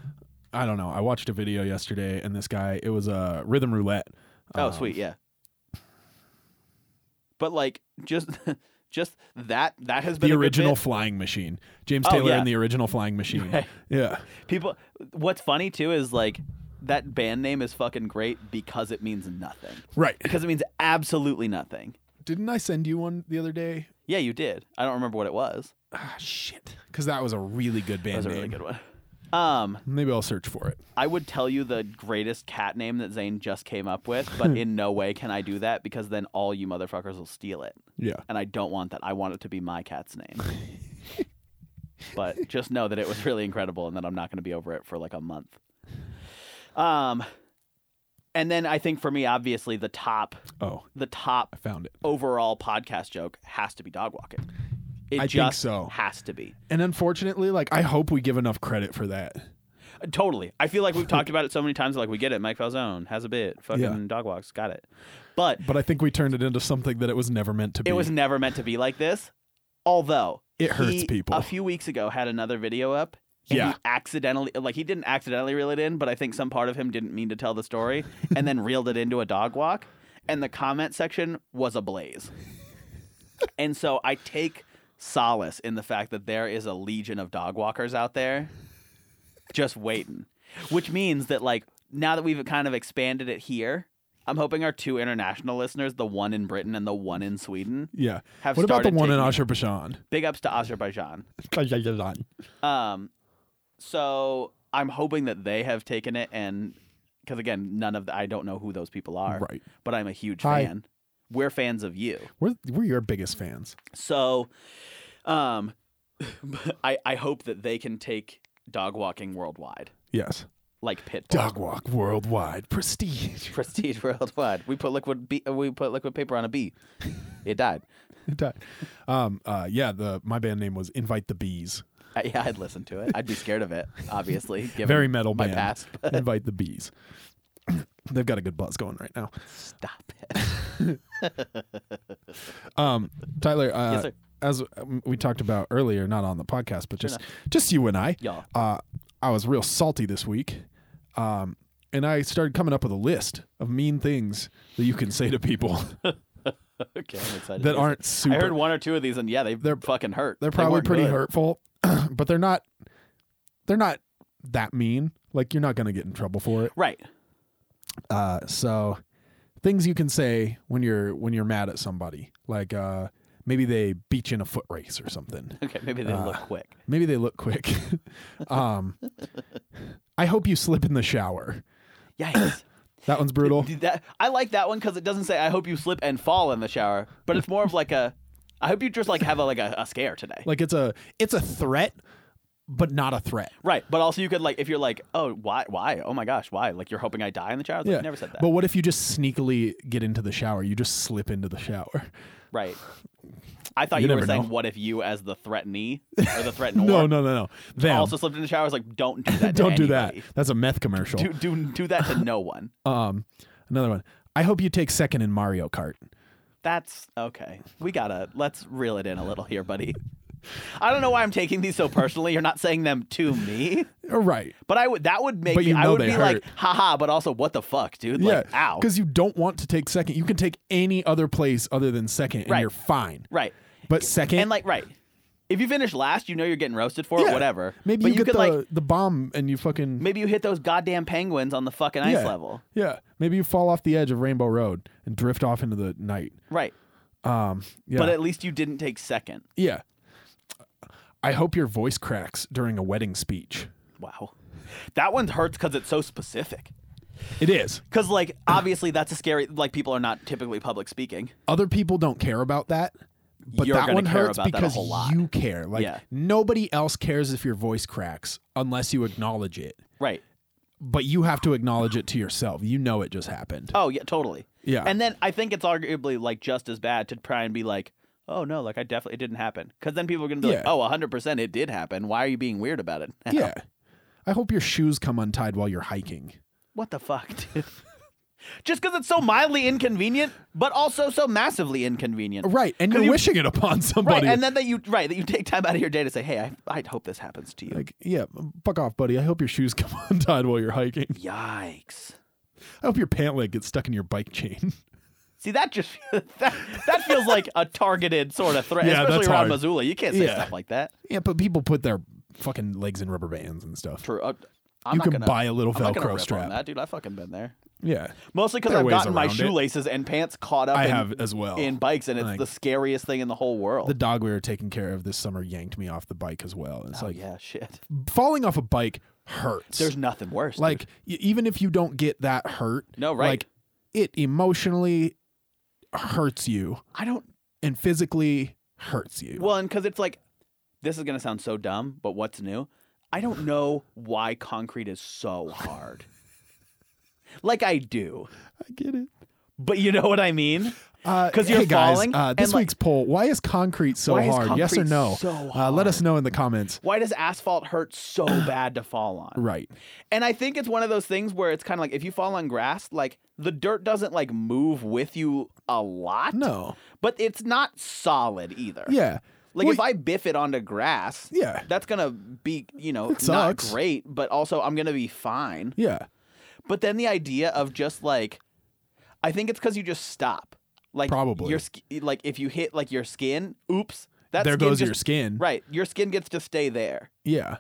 B: I don't know. I watched a video yesterday and this guy, it was a uh, rhythm roulette.
A: Oh,
B: Um,
A: sweet, yeah. But like, just, [LAUGHS] just that that has been
B: The
A: a good
B: original
A: bit.
B: flying machine. James
A: Oh,
B: Taylor
A: yeah.
B: and the original flying machine.
A: Right.
B: Yeah.
A: People, what's funny too is like that band name is fucking great because it means nothing.
B: Right.
A: Because it means absolutely nothing.
B: Didn't I send you one the other day?
A: Yeah, you did. I don't remember what it was.
B: Ah, shit. Because that was a really good band
A: That was a
B: name.
A: really good one. Um,
B: Maybe I'll search for it.
A: I would tell you the greatest cat name that Zane just came up with,
B: [LAUGHS]
A: but in no way can I do that because then all you motherfuckers will steal it.
B: Yeah.
A: And I don't want that. I want it to be my cat's
B: [LAUGHS]
A: name. but just know that it was really incredible and that I'm not going to be over it for like a month. Um and then I think for me obviously the top
B: Oh,
A: the top
B: I found it.
A: overall podcast joke has to be dog walking. It
B: I think
A: just
B: so.
A: has to be.
B: And unfortunately, like, I hope we give enough credit for that.
A: Totally. I feel like we've talked about it so many times. Like we get it. Mike Falzone has a bit. Fucking
B: Yeah.
A: dog walks. Got it. But
B: But I think we turned it into something that it was never meant to be.
A: it was never meant to be like this. Although
B: It hurts
A: he,
B: people.
A: A few weeks ago, had another video up. And
B: Yeah.
A: He accidentally, like he didn't accidentally reel it in, but I think some part of him didn't mean to tell the story, and then reeled it into a dog walk. And the comment section was ablaze. and so I take solace in the fact that there is a legion of dog walkers out there just waiting. Which means that like now that we've kind of expanded it here, I'm hoping our two international listeners, the one in Britain and the one in Sweden,
B: Yeah.
A: have
B: What about the
A: started
B: one in
A: taking-
B: Azerbaijan?
A: big ups to Azerbaijan. [LAUGHS] Um so I'm hoping that they have taken it and cuz again, none of the, I don't know who those people are,
B: Right.
A: but I'm a huge
B: Hi.
A: fan. We're fans of you.
B: We're, we're your biggest fans.
A: So, um, [LAUGHS] I I hope that they can take dog walking worldwide,
B: Yes.
A: like pit bull. [LAUGHS]
B: Dog walk worldwide prestige.
A: prestige worldwide. We put liquid be- we put liquid paper on a bee. It died.
B: [LAUGHS] um. Uh. Yeah. The my band name was Invite the Bees.
A: I, yeah, I'd listen to it. I'd be scared of it, obviously. Given
B: Very metal
A: my
B: band.
A: past. [LAUGHS]
B: Invite the Bees. [COUGHS] They've got a good buzz going right now.
A: Stop it. [LAUGHS]
B: Um. Tyler. Uh,
A: Yes, sir.
B: As um, we talked about earlier, not on the podcast, but just just you and I.
A: Y'all.
B: Uh. I was real salty this week. Um. And I started coming up with a list of mean things that you can say to people
A: [LAUGHS]
B: [LAUGHS]
A: Okay, I'm excited.
B: that aren't super.
A: I heard one or two of these, and yeah, they
B: They're-
A: they're fucking hurt.
B: they're
A: They
B: probably
A: weren't
B: pretty
A: good.
B: hurtful, [COUGHS] but they're not they're not that mean. Like you're not going to get in trouble for it.
A: Right.
B: Uh, so things you can say when you're when you're mad at somebody, like uh, maybe they beat you in a foot race or
A: [LAUGHS]
B: something.
A: Okay, maybe they
B: Uh.
A: look quick.
B: Maybe they look quick. [LAUGHS] um, I hope you slip in the shower. [COUGHS]
A: Yikes.
B: That one's brutal.
A: Dude, that I like that one because it doesn't say "I hope you slip and fall in the shower," but it's more of like a "I hope you just like have a, like a, a scare today."
B: Like it's a it's a threat, but not a threat.
A: Right, but also you could like if you're like, "Oh, why? Why? Oh my gosh, why?" Like you're hoping I die in the shower. Like,
B: Yeah.
A: never said that.
B: But what if you just sneakily get into the shower? You just slip into the shower.
A: right. I thought
B: You
A: you, were
B: never
A: saying,
B: know.
A: "What if you, as the threatenee [LAUGHS]
B: [LAUGHS]
A: or the threatenor,
B: No, no, no, no. Them.
A: also slipped in the shower?" I was like,
B: [LAUGHS]
A: "Don't do that. to
B: Don't do that.
A: anybody.
B: That's a meth commercial.
A: Do do do that to no one."
B: Um, another one. I hope you take second in Mario Kart.
A: That's okay. We gotta let's reel it in a little here, buddy. I don't know why I'm taking these so personally. You're not saying them to me.
B: All right.
A: But I would that would make
B: But
A: me
B: you
A: I
B: know
A: would
B: they
A: be
B: hurt.
A: like, haha, but also what the fuck, dude? Like,
B: yeah.
A: ow.
B: Because you don't want to take second. You can take any other place other than second, and
A: Right.
B: you're fine.
A: Right.
B: But second,
A: And like right. If you finish last, you know you're getting roasted for
B: yeah.
A: it, whatever.
B: Maybe
A: but
B: you, get
A: could
B: the
A: like
B: the bomb and you fucking
A: maybe you hit those goddamn penguins on the fucking ice
B: yeah.
A: level.
B: Yeah. Maybe you fall off the edge of Rainbow Road and drift off into the night.
A: Right.
B: Um. Yeah.
A: But at least you didn't take second.
B: yeah. I hope your voice cracks during a wedding speech.
A: Wow. That one hurts because it's so specific.
B: It is.
A: Because like obviously that's a scary like people are not typically public speaking.
B: other people don't care about that but
A: You're
B: that
A: gonna
B: one
A: care
B: hurts
A: about that a
B: because
A: whole lot.
B: you care like
A: Yeah.
B: nobody else cares if your voice cracks unless you acknowledge it
A: Right.
B: but you have to acknowledge it to yourself you know it just happened
A: Oh yeah, totally.
B: Yeah.
A: And then I think it's arguably like just as bad to try and be like, oh no, like I definitely it didn't happen, because then people are gonna be like,
B: Yeah.
A: oh, 100 percent it did happen. Why are you being weird about it? [LAUGHS] now?"
B: yeah i hope your shoes come untied while you're hiking
A: What the fuck? Dude? [LAUGHS] just because it's so mildly inconvenient, but also so massively inconvenient.
B: Right, and you're
A: you-
B: wishing it upon
A: Right,
B: somebody.
A: and then that you right that you take time out of your day to say, "Hey, I, I hope this happens to you."
B: like, yeah, fuck off, buddy. I hope your shoes [LAUGHS] come untied while you're hiking.
A: Yikes!
B: I hope your pant leg gets stuck in your bike chain. [LAUGHS]
A: See, that just [LAUGHS] that, that feels like a targeted sort of threat,
B: Yeah,
A: especially
B: that's
A: around
B: hard.
A: Missoula. You can't say
B: Yeah.
A: stuff like that.
B: yeah, but people put their fucking legs in rubber bands and stuff.
A: True. Uh, I'm
B: you
A: not
B: can
A: gonna,
B: buy a little
A: I'm not gonna rip
B: Velcro
A: on
B: strap.
A: that dude. I've fucking been there.
B: Yeah,
A: Mostly because
B: There are
A: I've
B: ways
A: gotten my
B: around it.
A: shoelaces and pants caught up.
B: I
A: in,
B: have as well.
A: in bikes, and it's
B: Like-
A: the scariest thing in the whole world.
B: the dog we were taking care of this summer yanked me off the bike as well. And it's
A: oh
B: like
A: yeah,
B: [LAUGHS]
A: shit.
B: falling off a bike hurts.
A: There's nothing worse.
B: like
A: dude.
B: y- even if you don't get that hurt,
A: no right.
B: like it emotionally hurts you
A: I don't.
B: and physically hurts you.
A: Well, and because it's like, this is gonna sound so dumb, but what's new? I don't know why concrete is
B: [LAUGHS]
A: so hard. like I do,
B: I get it.
A: but you know what I mean. 'Cause you're
B: hey guys,
A: falling
B: Uh,
A: and,
B: this
A: like-
B: week's poll: Why is concrete so
A: Why is
B: hard? yes or
A: concrete
B: no?
A: so
B: Uh, let us
A: hard?
B: know in the comments.
A: Why does asphalt hurt so bad to fall on?
B: Right.
A: And I think it's one of those things where it's kind of like if you fall on grass, like the dirt doesn't like move with you a lot.
B: No.
A: But it's not solid either.
B: Yeah.
A: Like
B: Well,
A: if I biff it onto grass,
B: Yeah.
A: that's gonna be you know not
B: sucks.
A: great, but also I'm gonna be fine.
B: Yeah.
A: But then the idea of just like, I think it's because you just stop. Like
B: Probably.
A: your sk- like if you hit like your skin, oops, that
B: there
A: skin
B: goes
A: just,
B: your skin.
A: right. Your skin gets to stay there.
B: Yeah.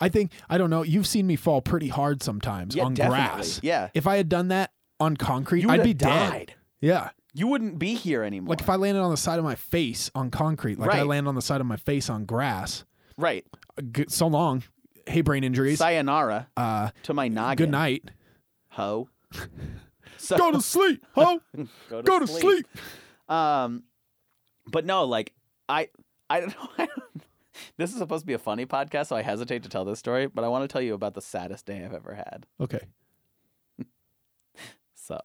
B: I think I don't know. You've seen me fall pretty hard sometimes
A: Yeah,
B: on
A: definitely.
B: grass.
A: Yeah,
B: If I had done that on concrete,
A: you
B: I'd
A: would've
B: be
A: died.
B: dead. Yeah.
A: You wouldn't be here anymore.
B: Like if I landed on the side of my face on concrete, like I
A: Right.
B: land on the side of my face on grass.
A: right,
B: G- So long. Hey, brain injuries.
A: sayonara
B: Uh,
A: to my noggin.
B: good night.
A: [LAUGHS]
B: [LAUGHS]
A: ho. So,
B: Go to sleep, huh?
A: go to
B: Go to sleep.
A: Um, but no, like I, I don't [LAUGHS] know. I don't, this is supposed to be a funny podcast, so I hesitate to tell this story. But I want to tell you about the saddest day I've ever had.
B: Okay.
A: So,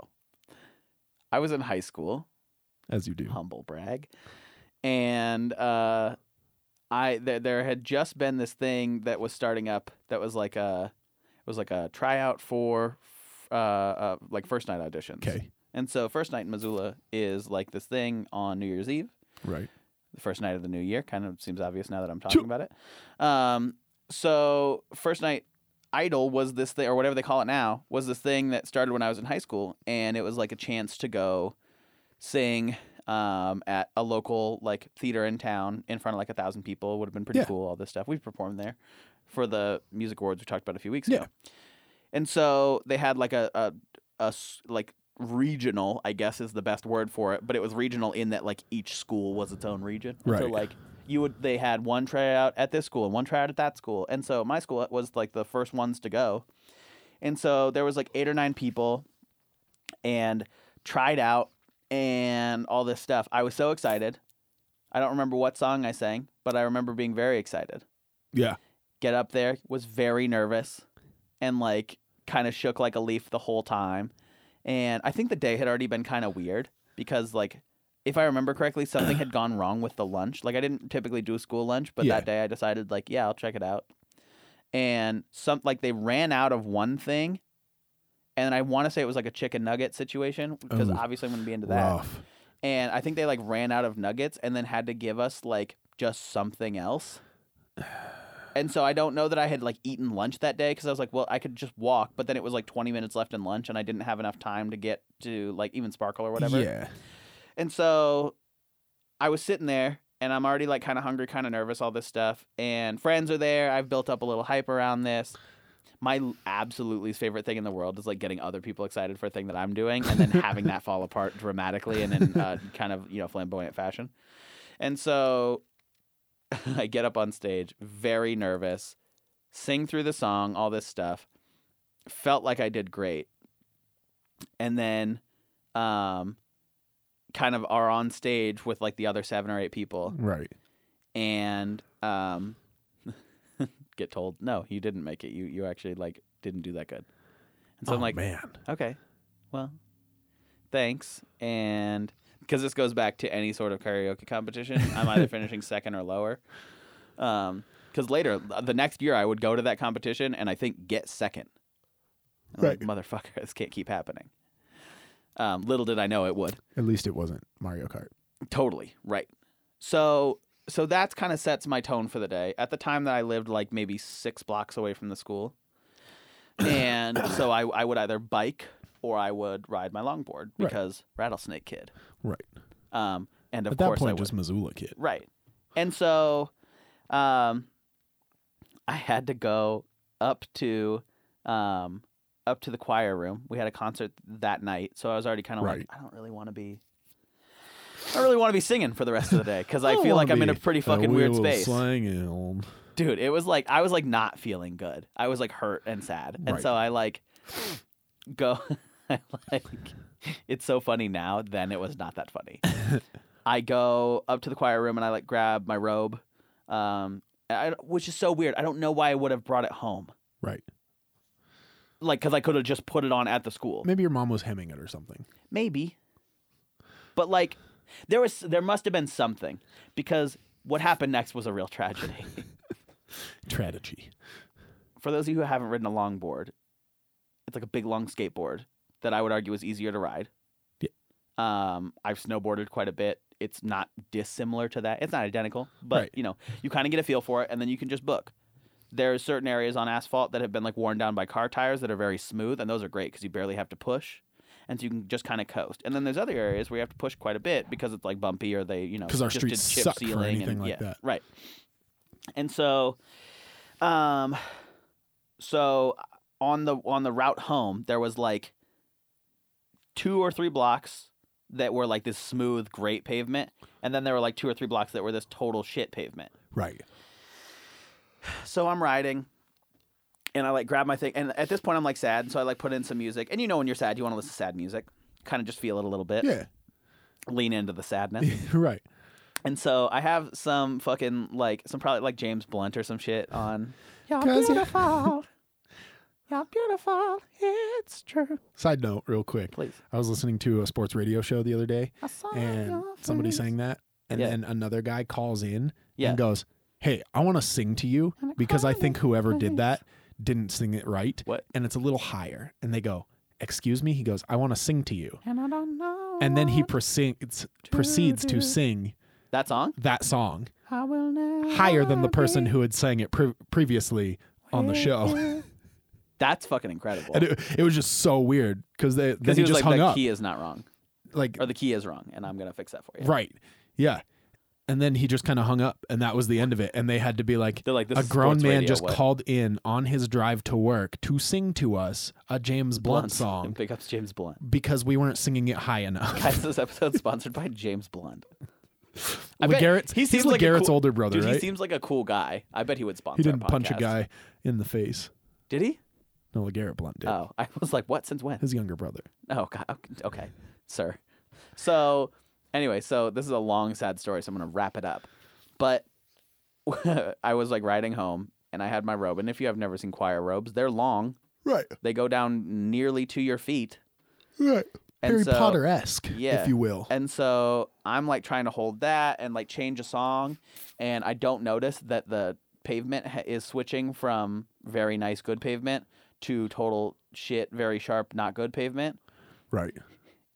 A: I was in high school,
B: As you do.
A: humble brag, and uh, I there there had just been this thing that was starting up that was like a it was like a tryout for uh, uh like first night auditions.
B: Okay.
A: And so first night in Missoula is like this thing on New Year's Eve.
B: Right.
A: the first night of the new year. Kind of seems obvious now that I'm talking about it. Um, so first night idol was this thing, or whatever they call it now, was this thing that started when I was in high school, and it was like a chance to go sing um, at a local like theater in town in front of like a thousand people. Would have been pretty
B: Yeah.
A: cool. All this stuff we've performed there for the music awards we talked about a few weeks
B: Yeah.
A: ago. And so they had like a, a, a s- like regional, I guess is the best word for it, but it was regional in that like each school was its own region. And So
B: Right.
A: like you would they had one tryout at this school and one tryout at that school. And so my school was like the first ones to go. And so there was like eight or nine people and tried out and all this stuff. I was so excited. I don't remember what song I sang, but I remember being very excited
B: Yeah.
A: get up there was very nervous and like kind of shook like a leaf the whole time and i think the day had already been kind of weird because like if i remember correctly
B: [CLEARS THROAT]
A: something had gone wrong with the lunch like i didn't typically do a school lunch but
B: Yeah.
A: that day i decided like yeah i'll check it out and some like they ran out of one thing and i want to say it was like a chicken nugget situation because
B: Oh.
A: obviously i'm gonna be into that
B: Rough.
A: and I think they like ran out of nuggets and then had to give us like just something else. And so I don't know that I had like eaten lunch that day because I was like, well, I could just walk, but then it was like 20 minutes left in lunch and I didn't have enough time to get to like even sparkle or whatever.
B: Yeah.
A: And so I was sitting there and I'm already like kind of hungry, kind of nervous, all this stuff. And friends are there. I've built up a little hype around this. My l- absolutely least favorite thing in the world is like getting other people excited for a thing that I'm doing and then having that fall apart dramatically and in uh, kind of, you know, flamboyant fashion. And so [LAUGHS] I get up on stage, very nervous, sing through the song, all this stuff. Felt like I did great. And then um kind of are on stage with like the other seven or eight people
B: Right.
A: and um [LAUGHS] get told, "No, you didn't make it. You you actually like didn't do that good." And so
B: oh,
A: I'm like,
B: man.
A: Okay. Well, thanks. And because this goes back to any sort of karaoke competition, I'm
B: [LAUGHS]
A: either finishing second or lower. Um, because later the next year I would go to that [LAUGHS] competition and I think get second. I'm like, Motherfucker, this can't keep happening. Um, little did I know it would.
B: At least it wasn't Mario Kart.
A: Totally right. So so that's kind of sets my tone for the day. At the time that I lived like maybe six blocks away from the school,
B: [COUGHS]
A: and so I I would either bike or I would ride my longboard
B: Right.
A: because rattlesnake kid.
B: Right.
A: Um, and of
B: At that
A: course I
B: point,
A: would.
B: just Missoula kid.
A: Right. And so um I had to go up to um up to the choir room. We had a concert that night, so I was already kind of
B: Right.
A: like I don't really want to be I don't really want to be singing for the rest of the day cuz I,
B: don't
A: feel like
B: wanna
A: I'm in a
B: be
A: pretty fucking
B: a
A: weird
B: wheel of
A: space.
B: slang elm.
A: Dude, it was like I was like not feeling good. I was like hurt and sad. And
B: Right.
A: so I like go [LAUGHS] I like it's so funny now, then it was not that funny. I go up to the choir room and I like grab my robe, um, I, which is so weird. I don't know why I would have brought it home,
B: Right.
A: like because I could have just put it on at the school,
B: Maybe your mom was hemming it or something.
A: maybe. But like, there was there must have been something because what happened next was a real tragedy. [LAUGHS]
B: Tragedy.
A: For those of you who haven't ridden a longboard, it's like a big long skateboard that I would argue is easier to ride.
B: Yeah.
A: Um, I've snowboarded quite a bit. It's not dissimilar to that. It's not identical, but
B: Right.
A: you know, you kind of get a feel for it, and then you can just book. There are certain areas on asphalt that have been like worn down by car tires that are very smooth, and those are great because you barely have to push, and so you can just kind of coast. And then there's other areas where you have to push quite a bit because it's like bumpy or they, you know,
B: 'Cause our
A: just
B: streets
A: did chip
B: suck for
A: ceiling
B: anything
A: and,
B: like
A: yeah,
B: that.
A: right? And so, um, so uh, on the on the route home, there was like two or three blocks that were like this smooth, great pavement, and then there were like two or three blocks that were this total shit pavement.
B: Right.
A: So I'm riding, and I like grab my thing, and at this point I'm like sad, so I like put in some music, and you know when you're sad, you want to listen to sad music, kind of just feel it a little bit,
B: Yeah.
A: lean into the
B: [LAUGHS]
A: sadness,
B: right.
A: and so I have some fucking like some probably like James Blunt or some
B: [LAUGHS]
A: shit on. You're
B: 'Cause you-
A: beautiful. You're beautiful. It's true.
B: Side note, real quick.
A: Please.
B: I was listening to a sports radio show the other day,
A: I saw
B: and
A: your
B: somebody
A: face.
B: sang that, and
A: Yeah.
B: then another guy calls in
A: Yeah.
B: and goes, "Hey, I want to sing to you
A: And I
B: because I
A: cried
B: think
A: in
B: whoever
A: my
B: did
A: face."
B: that didn't sing it right,
A: What?
B: and it's a little higher." And they go, "Excuse me." He goes, "I want to sing to you,"
A: And I don't know.
B: and then he
A: what
B: proceeds proceeds to
A: do.
B: sing
A: that song
B: that song
A: I will never
B: higher than the person
A: be
B: who had sang it pre- previously on the
A: with
B: show.
A: you. That's fucking incredible.
B: And it, it was just so weird because they then
A: Because
B: he,
A: he was
B: just
A: like,
B: hung
A: the
B: up.
A: key is not wrong,
B: like
A: or the key is wrong, and I'm gonna fix that for you.
B: Right. Yeah. And then he just kind of hung up, and that was the end of it. And they had to be like,
A: They're like, this
B: a
A: is
B: grown
A: sports
B: man
A: radio,
B: just
A: what?
B: called in on his drive to work to sing to us a James
A: [LAUGHS]
B: Blunt,
A: Blunt
B: song
A: Big ups James Blunt.
B: because we weren't singing it high enough.
A: Guys, this episode's sponsored by James Blunt. [LAUGHS] I bet-
B: LeGarrett's,
A: he
B: he's
A: seems like a
B: LeGarrette's
A: cool-
B: older brother,
A: Dude,
B: right?
A: he seems like a cool guy. I bet he would sponsor.
B: He didn't
A: our
B: punch a
A: podcast.
B: guy in the face.
A: Did he?
B: No, LeGarrette Blunt did.
A: Oh, I was like, what? Since when?
B: his younger brother.
A: Oh, God. Okay- Okay, sir. So, anyway, so this is a long, sad story, so I'm going to wrap it up. But [LAUGHS] I was like riding home and I had my robe. And if you have never seen choir robes, they're long,
B: Right.
A: they go down nearly to your feet.
B: Right.
A: And
B: Harry
A: so-
B: Potter esque,
A: Yeah.
B: if you will.
A: And so I'm like trying to hold that and like change a song. And I don't notice that the pavement ha- is switching from very nice, good pavement to total shit, very sharp, not good pavement.
B: Right.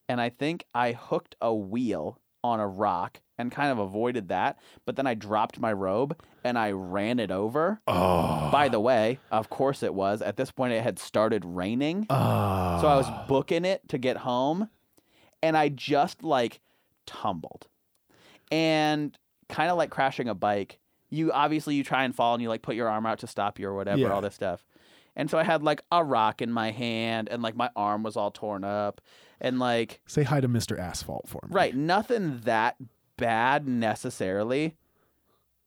A: and I think I hooked a wheel on a rock and kind of avoided that, but then I dropped my robe and I ran it over.
B: Oh.
A: By the way, of course it was. At this point, it had started raining.
B: Oh.
A: So I was booking it to get home and I just like tumbled. And kind of like crashing a bike, you obviously you try and fall and you like put your arm out to stop you or whatever,
B: Yeah.
A: all this stuff. And so I had like a rock in my hand and like my arm was all torn up and like
B: Say hi to Mr. Asphalt for me.
A: Right. Nothing that bad necessarily.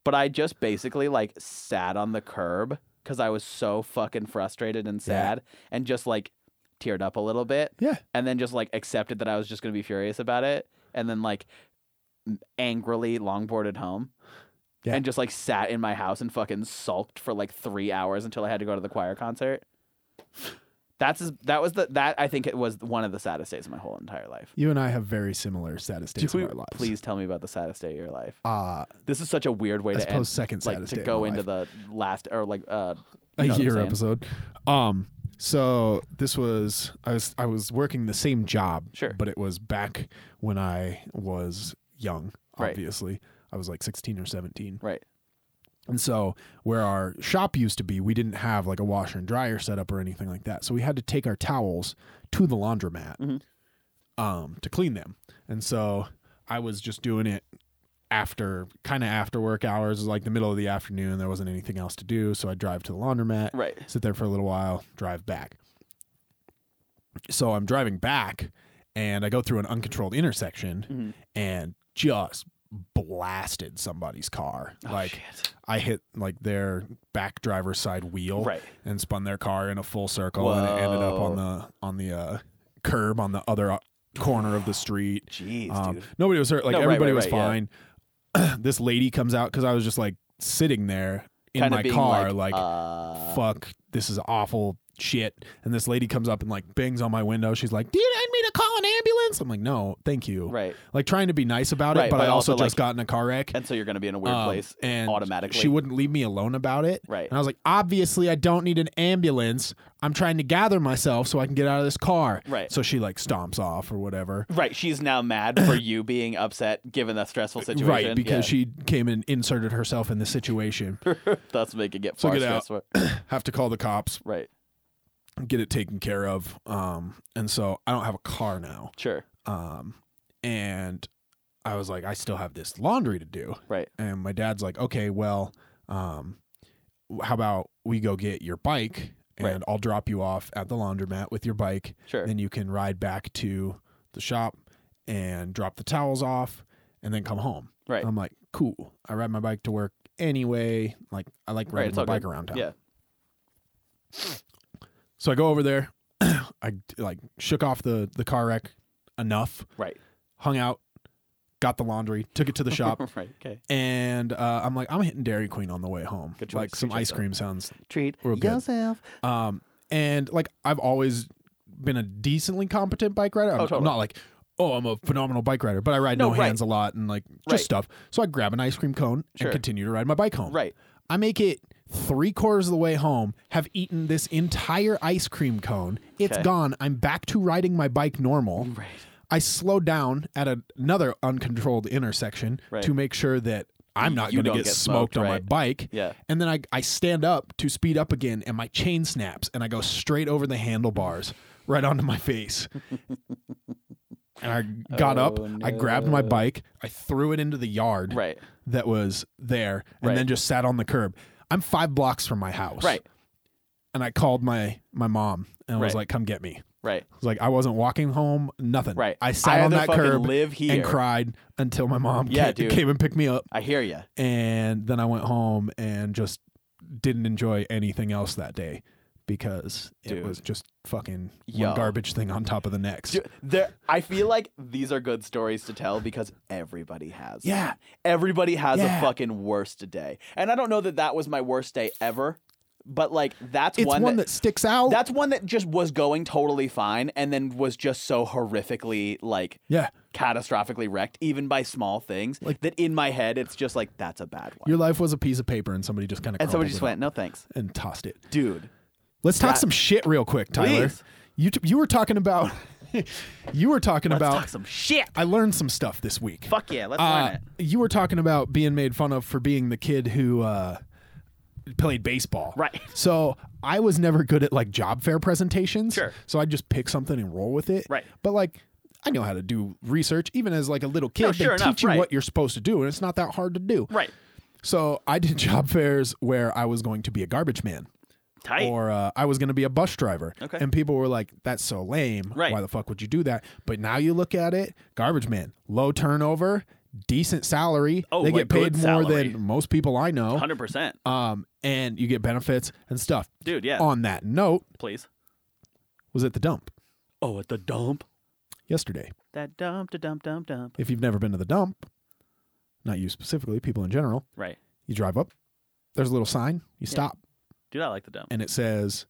A: But I just basically like sat on the curb because I was so fucking frustrated and sad and just like teared up a little bit
B: Yeah.
A: and then just like accepted that I was just going to be furious about it and then like m- angrily longboarded home.
B: Yeah.
A: And just like sat in my house and fucking sulked for like three hours until I had to go to the choir concert. That's as- that was the that I think it was one of the saddest days of my whole entire life.
B: You and I have very similar saddest days
A: Do
B: in
A: we-
B: our lives.
A: Please tell me about the saddest day of your life.
B: Uh,
A: This is such a weird way
B: I
A: to end,
B: suppose second
A: like
B: saddest
A: to
B: day of
A: go
B: my
A: into the last or like uh, you
B: a
A: know what I'm
B: year
A: saying?
B: episode. Um, So this was I was I was working the same job,
A: Sure.
B: but it was back when I was young.
A: Right.
B: Obviously, I was like sixteen or seventeen,
A: Right.
B: and so where our shop used to be, we didn't have like a washer and dryer set up or anything like that. So we had to take our towels to the laundromat
A: Mhm.
B: um, to clean them, and so I was just doing it after kind of after work hours, like the middle of the afternoon. There wasn't anything else to do, so I would drive to the laundromat
A: Right.
B: sit there for a little while, drive back. So I'm driving back and I go through an uncontrolled intersection
A: Mhm.
B: and just blasted somebody's car.
A: Oh,
B: like
A: shit.
B: I hit like their back driver's side wheel
A: Right.
B: and spun their car in a full circle and it ended up on the on the uh, curb on the other uh, corner of the street.
A: [SIGHS] Jeez,
B: Um,
A: dude.
B: nobody was hurt. Like
A: No, right,
B: everybody
A: right,
B: was
A: right, yeah.
B: fine. [CLEARS THROAT] this lady comes out because I was just like sitting there in
A: Kinda
B: my
A: being
B: car,
A: like,
B: like,
A: uh,
B: fuck, this is awful shit. And this lady comes up and like bangs on my window. She's like, do you need me to call an ambulance? I'm like, no, thank you.
A: right.
B: Like trying to be nice about it,
A: Right,
B: but,
A: but
B: I also,
A: also,
B: just got in a car wreck.
A: And so you're gonna be in a weird
B: Um,
A: place
B: and
A: automatically.
B: She wouldn't leave me alone about it.
A: Right.
B: And I was like, obviously, I don't need an ambulance. I'm trying to gather myself so I can get out of this car.
A: Right.
B: So she like stomps off or whatever.
A: Right. She's now mad
B: [COUGHS]
A: for you being upset given the stressful situation.
B: Right, because she came and inserted herself in the situation.
A: [LAUGHS] she that's making it
B: So
A: far
B: get out.
A: stressful.
B: Have to call the cops,
A: Right.
B: get it taken care of. Um, and so I don't have a car now.
A: Sure.
B: Um, and I was like, I still have this laundry to do.
A: Right.
B: And my dad's like, okay, well, um, w- how about we go get your bike and
A: Right.
B: I'll drop you off at the laundromat with your bike.
A: Sure.
B: Then you can ride back to the shop and drop the towels off and then come home.
A: Right.
B: I'm like, cool. I ride my bike to work anyway. Like, I like
A: Right,
B: riding
A: it's
B: my
A: all
B: bike
A: good.
B: around town.
A: yeah.
B: So I go over there. [CLEARS THROAT] I like shook off the the car wreck enough,
A: Right. [LAUGHS]
B: hung out, got the laundry, took it to the shop,
A: right. Okay.
B: and uh, I'm like, I'm hitting Dairy Queen on the way home.
A: Good choice,
B: like some
A: good
B: ice
A: choice,
B: cream sounds.
A: Treat
B: We're good.
A: yourself.
B: Um, and like I've always been a decently competent bike rider. I'm,
A: Oh,
B: I'm
A: totally.
B: not like, oh, I'm a phenomenal bike rider, but I ride no,
A: No, right.
B: hands a lot and like just
A: Right.
B: stuff. So I grab an ice cream cone
A: Sure.
B: and continue to ride my bike home.
A: Right.
B: I make it three quarters of the way home, have eaten this entire ice cream cone. It's
A: Okay.
B: gone. I'm back to riding my bike normal.
A: Right.
B: I slow down at a- another uncontrolled intersection
A: Right.
B: to make sure that I'm not
A: You
B: going to
A: don't
B: get,
A: get
B: smoked,
A: smoked,
B: on my
A: right.
B: bike.
A: Yeah.
B: And then I, I stand up to speed up again, and my chain snaps, and I go straight over the handlebars right onto my face.
A: [LAUGHS]
B: and I got up,
A: Oh,
B: I grabbed my
A: no.
B: bike, I threw it into the yard
A: Right.
B: that was there and
A: Right.
B: then just sat on the curb. I'm five blocks from my house.
A: Right.
B: And I called my my mom and was
A: Right.
B: like, come get me.
A: Right.
B: I was like, I wasn't walking home, nothing.
A: Right.
B: I sat on
A: either
B: that
A: fucking
B: curb
A: Live here.
B: and cried until my mom
A: Yeah,
B: ca- came,
A: dude.
B: and picked me up.
A: I hear you.
B: And then I went home and just didn't enjoy anything else that day because it
A: Dude.
B: was just fucking
A: Yo.
B: one garbage thing on top of the next.
A: Dude, there, I feel like these are good stories to tell because everybody has. them.
B: Yeah.
A: Everybody has
B: Yeah.
A: a fucking worst day. And I don't know that that was my worst day ever, but like that's
B: It's one,
A: one,
B: that, sticks out.
A: that's one that just was going totally fine and then was just so horrifically like
B: yeah.
A: catastrophically wrecked even by small things
B: Like-
A: that in my head it's just like that's a bad one.
B: Your life was a piece of paper and somebody just kind of
A: And somebody just went, "No thanks."
B: and tossed it.
A: Dude.
B: Let's talk
A: That-
B: some shit real quick, Tyler.
A: Please.
B: You t- you were talking about [LAUGHS] you were talking
A: Let's
B: about
A: talk some shit.
B: I learned some stuff this week.
A: Fuck yeah, let's learn
B: Uh,
A: it.
B: you were talking about being made fun of for being the kid who uh, played baseball.
A: Right.
B: So I was never good at like job fair presentations.
A: Sure.
B: So I'd just pick something and roll with it.
A: Right.
B: But like I know how to do research even as like a little kid.
A: No,
B: they
A: sure
B: teach
A: enough,
B: you
A: right.
B: what you're supposed to do and it's not that hard to do.
A: Right.
B: So I did [LAUGHS] job fairs where I was going to be a garbage man
A: Tight.
B: or uh, I was going to be a bus driver.
A: Okay.
B: And people were like, that's so lame.
A: Right.
B: Why the fuck would you do that? But now you look at it, garbage man, low turnover, decent salary.
A: Oh,
B: they
A: like
B: get paid
A: good
B: more
A: salary.
B: than most people I know.
A: 100%.
B: Um, and you get benefits and stuff.
A: Dude, yeah.
B: On that note,
A: Please.
B: was at the dump
A: Oh, at the dump.
B: yesterday.
A: That dump, da dump, dump, dump.
B: If you've never been to the dump, not you specifically, people in general,
A: Right.
B: you drive up, there's a little sign, you stop,
A: Dude, I like the dump.
B: and it says,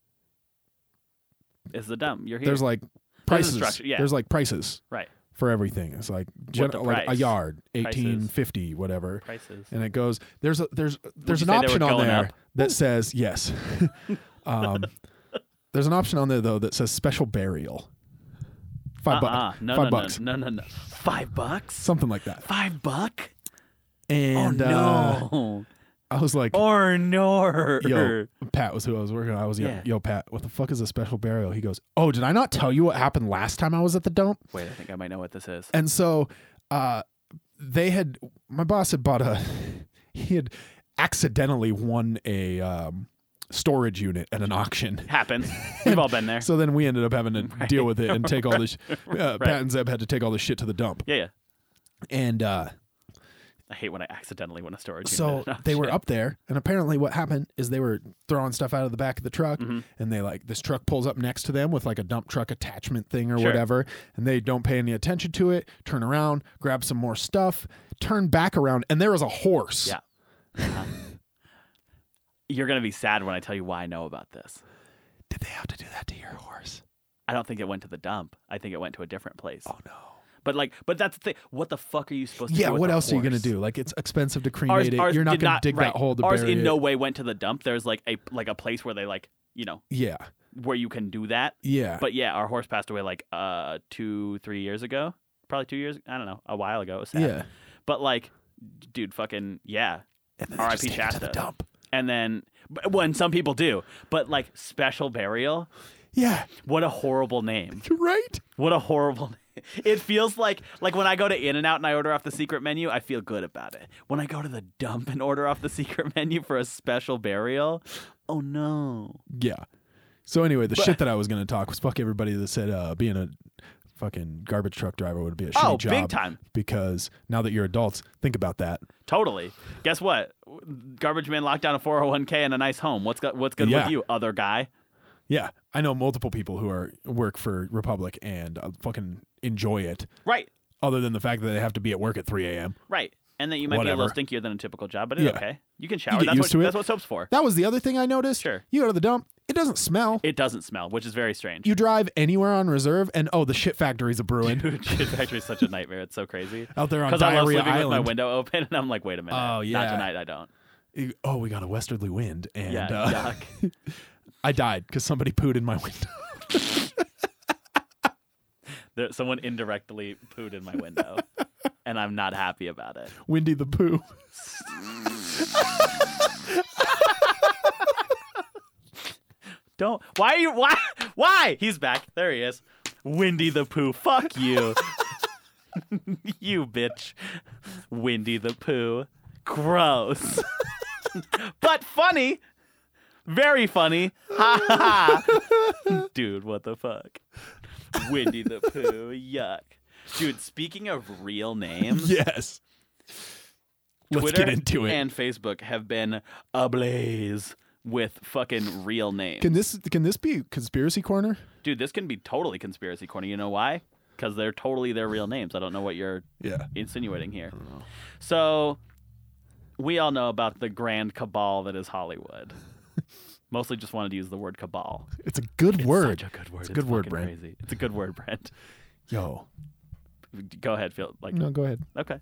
A: It's the dump. You're here.
B: there's like prices.
A: structure, yeah.
B: There's like prices.
A: right.
B: for everything. It's like
A: What
B: gen-
A: the
B: like a
A: price?
B: yard,
A: Prices.
B: eighteen fifty, whatever.
A: Prices.
B: And it goes. There's a there's there's
A: you
B: an
A: say they were
B: option on
A: going
B: there
A: up?
B: that says yes. [LAUGHS] um, There's an option on there though that says special burial. 5
A: Uh-uh.
B: bucks.
A: No,
B: five
A: no, Oh,
B: bucks.
A: no, no, no, no. Five bucks?
B: Something like that.
A: Five buck? Oh,
B: And uh,
A: no.
B: I was like,
A: [LAUGHS] or nor.
B: yo, Pat was who I was working on. I was yo,
A: Yeah.
B: yo, Pat, what the fuck is a special burial? He goes, Oh, did I not tell you what happened last time I was at the dump?
A: Wait, I think I might know what this is.
B: And so uh, they had my boss had bought a [LAUGHS] he had accidentally won a um, storage unit at an auction.
A: Happens. We've all been
B: [LAUGHS]
A: there.
B: So then we ended up having to deal with it and take all this. Uh, Pat and Zeb had to take all this shit to the dump.
A: yeah, yeah.
B: And uh,
A: I hate when I accidentally win a storage
B: so
A: unit. [LAUGHS] No,
B: they were
A: shit.
B: up there, and apparently what happened is they were throwing stuff out of the back of the truck,
A: Mm-hmm.
B: and they like this truck pulls up next to them with like a dump truck attachment thing or
A: Sure.
B: whatever, and they don't pay any attention to it. Turn around, grab some more stuff, turn back around, and there is a horse.
A: Yeah. You're going to be sad when I tell you why I know about this.
B: Did they have to do that to your horse?
A: I don't think it went to the dump. I think it went to a different place.
B: Oh no.
A: But like, but that's the thing. What the fuck are you supposed to
B: Yeah.
A: do? with
B: What
A: a
B: else are you gonna
A: horse?
B: do? Like it's expensive to cremate
A: Ours,
B: it.
A: ours
B: You're not
A: did
B: gonna dig
A: right.
B: that hole to
A: Ours
B: bury
A: in
B: it.
A: no way went to the dump. There's like a like a place where they like you know
B: yeah.
A: where you can do that.
B: Yeah.
A: But yeah, our horse passed away like uh two three years ago, probably two years. I don't know, a while ago. It was sad.
B: yeah.
A: But like, dude, fucking yeah.
B: And then they
A: R.I.P.
B: just take it to the
A: Shasta.
B: dump.
A: And then but- when some people do, but like special burial.
B: Yeah.
A: What a horrible name.
B: You're right.
A: What a horrible. [LAUGHS] It feels like like when I go to In and Out and I order off the secret menu, I feel good about it. When I go to the dump and order off the [LAUGHS] secret menu for a special burial, oh no.
B: Yeah. So anyway, the shit that I was gonna talk was fuck everybody that said uh, being a fucking garbage truck driver would be a shitty
A: Oh,
B: job.
A: big time.
B: Because now that you're adults, think about that.
A: Totally. Guess what? Garbage man locked down a 401k and a nice home. What's go- what's good
B: Yeah.
A: with you, other guy?
B: Yeah, I know multiple people who are work for Republic and uh, fucking enjoy it.
A: Right.
B: Other than the fact that they have to be at work at 3 a.m.
A: Right. And then you might be a
B: Whatever.
A: little stinkier than a typical job, but it's
B: Yeah.
A: okay. You can shower.
B: get
A: that's
B: used
A: what
B: to it.
A: that's what soap's for.
B: That was the other thing I noticed.
A: Sure.
B: You go to the dump, it doesn't smell.
A: It doesn't smell, which is very strange. [LAUGHS]
B: you drive anywhere on reserve, and oh, the shit factory's a brewing
A: Dude, shit factory is such a nightmare. It's so crazy.
B: out there on
A: Because I love
B: Diarrhea
A: sleeping with my
B: Island.
A: window open, and I'm like, wait a minute.
B: Oh,
A: Not
B: yeah.
A: tonight, I don't.
B: You- oh, we got a westerly wind, and
A: Yeah,
B: uh,
A: [LAUGHS] yuck.
B: [LAUGHS] I died because somebody pooed in my [LAUGHS] window.
A: There, someone indirectly pooed in my window, [LAUGHS] and I'm not happy about it.
B: Windy the Pooh.
A: Don't. Why are you? Why? Why? He's back. There he is. Windy the Pooh. Fuck you. [LAUGHS] you bitch. Windy the Pooh. Gross. [LAUGHS] but funny. Very funny. Ha ha ha. Dude, what the fuck? Windy the Pooh. Yuck. Dude, speaking of real
B: [LAUGHS]
A: names,
B: Yes. Let's
A: Twitter
B: get into it.
A: and Facebook have been ablaze with fucking real names.
B: can this can this be conspiracy corner?
A: Dude, this can be totally conspiracy corner. You know why? Because they're totally their real names. I don't know what you're
B: Yeah.
A: insinuating here. So, we all know about the grand cabal that
B: [LAUGHS]
A: is Hollywood. Mostly just wanted to use the word cabal.
B: It's a good word.
A: Such a good word. It's
B: a good word,
A: fucking
B: Brent.
A: Crazy. It's a good word,
B: [LAUGHS]
A: Brent.
B: Yo.
A: Go ahead, Phil. Like,
B: No, go ahead.
A: okay.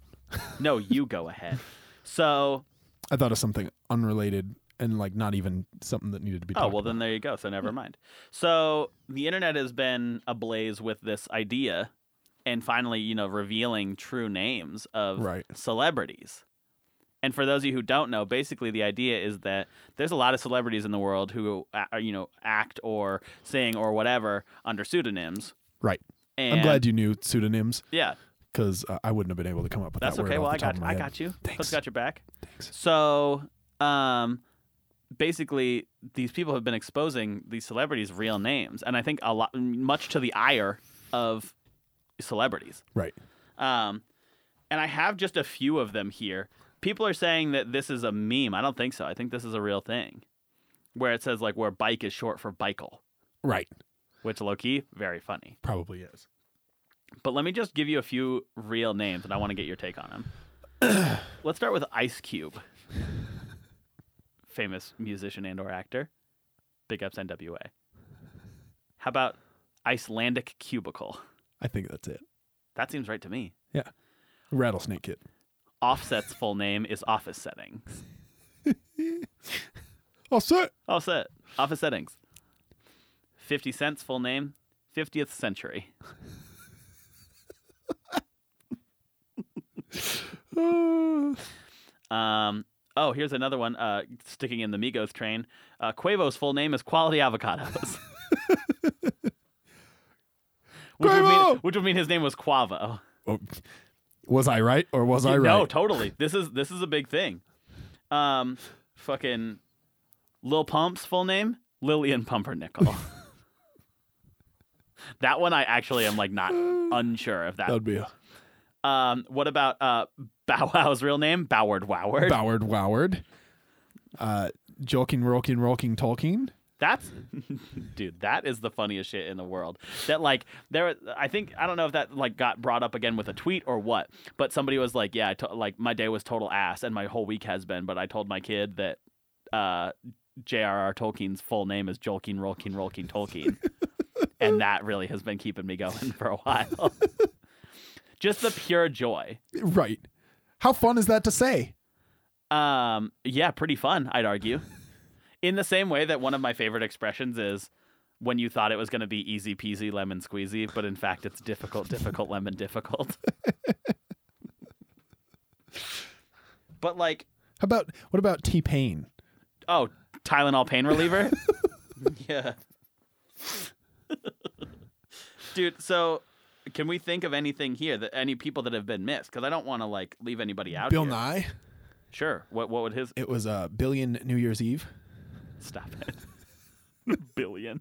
A: No, you
B: [LAUGHS]
A: go ahead. So,
B: I thought of something unrelated and like not even something that needed to be
A: Oh,
B: talked
A: well,
B: about.
A: then there you go. So never mind. So the internet has been ablaze with this idea and finally, you know, revealing true names of
B: Right.
A: celebrities. And for those of you who don't know, basically the idea is that there's a lot of celebrities in the world who, uh, are, you know, act or sing or whatever under pseudonyms.
B: Right.
A: And
B: I'm glad you knew pseudonyms
A: Yeah,
B: because uh, I wouldn't have been able to come up with
A: that's
B: that word
A: okay.
B: off
A: Well,
B: the
A: I
B: top
A: got
B: of my
A: I
B: head.
A: got you.
B: Thanks.
A: Let's got your back.
B: Thanks.
A: So, um, basically, these people have been exposing these celebrities' real names, and I think a lot, much to the ire of celebrities.
B: Right.
A: Um, and I have just a few of them here. People are saying that this is a meme. I don't think so. I think this is a real thing, where it says like where bike is short for bikel,
B: Right.
A: which low key very funny.
B: Probably is.
A: But let me just give you a few real names, and I want to get your take on them. Let's start with Ice Cube, famous musician and/or actor. Big ups NWA. How about Icelandic Cubicle?
B: I think that's it.
A: That seems right to me.
B: Rattlesnake Kid.
A: Offset's full name is Office Settings.
B: Oh, sir.
A: Offset. Office Settings. 50 Cent's full name, 50th Century.
B: uh,
A: Um, oh, here's another one uh, sticking in the Migos train. Uh, Quavo's full name is Quality Avocados. [LAUGHS] which, would mean,
B: Quavo!
A: which would mean his name was Quavo.
B: Oh, was I right or was I right?
A: No, totally. This is this is a big thing. Um, fucking Lil Pump's full name
B: [LAUGHS]
A: Lillian Pumpernickel. that one I actually am
B: [SIGHS]
A: like not unsure of that.
B: that would be a
A: Um, what about uh Bow Wow's real name Boward Woward?
B: Boward Woward. Uh, Jolking, Rolking, Rolking, Tolkien.
A: That's [LAUGHS] dude, that is the funniest shit in the world. That like there I think I don't know if that like got brought up again with a tweet or what, but somebody was like, yeah, I to- like my day was total ass and my whole week has been, but I told my kid that uh J.R.R. Tolkien's full name is Jolkien Rolkien Rolkien Tolkien. and that really has been keeping me going [LAUGHS] for a while. Just the pure joy.
B: Right. How fun is that to say?
A: Um, yeah, pretty fun, I'd argue. In the same way that one of my favorite expressions is when you thought it was going to be easy peasy lemon squeezy, but in fact it's difficult, difficult lemon difficult. but like,
B: How about what about T Pain?
A: oh, Tylenol pain reliever. yeah. Dude, so can we think of anything here that any people that have been missed? Because I don't want to like leave anybody out.
B: Bill
A: here.
B: Nye.
A: Sure. What what would his
B: It was a billion New Year's Eve.
A: Stop it. [LAUGHS] billion.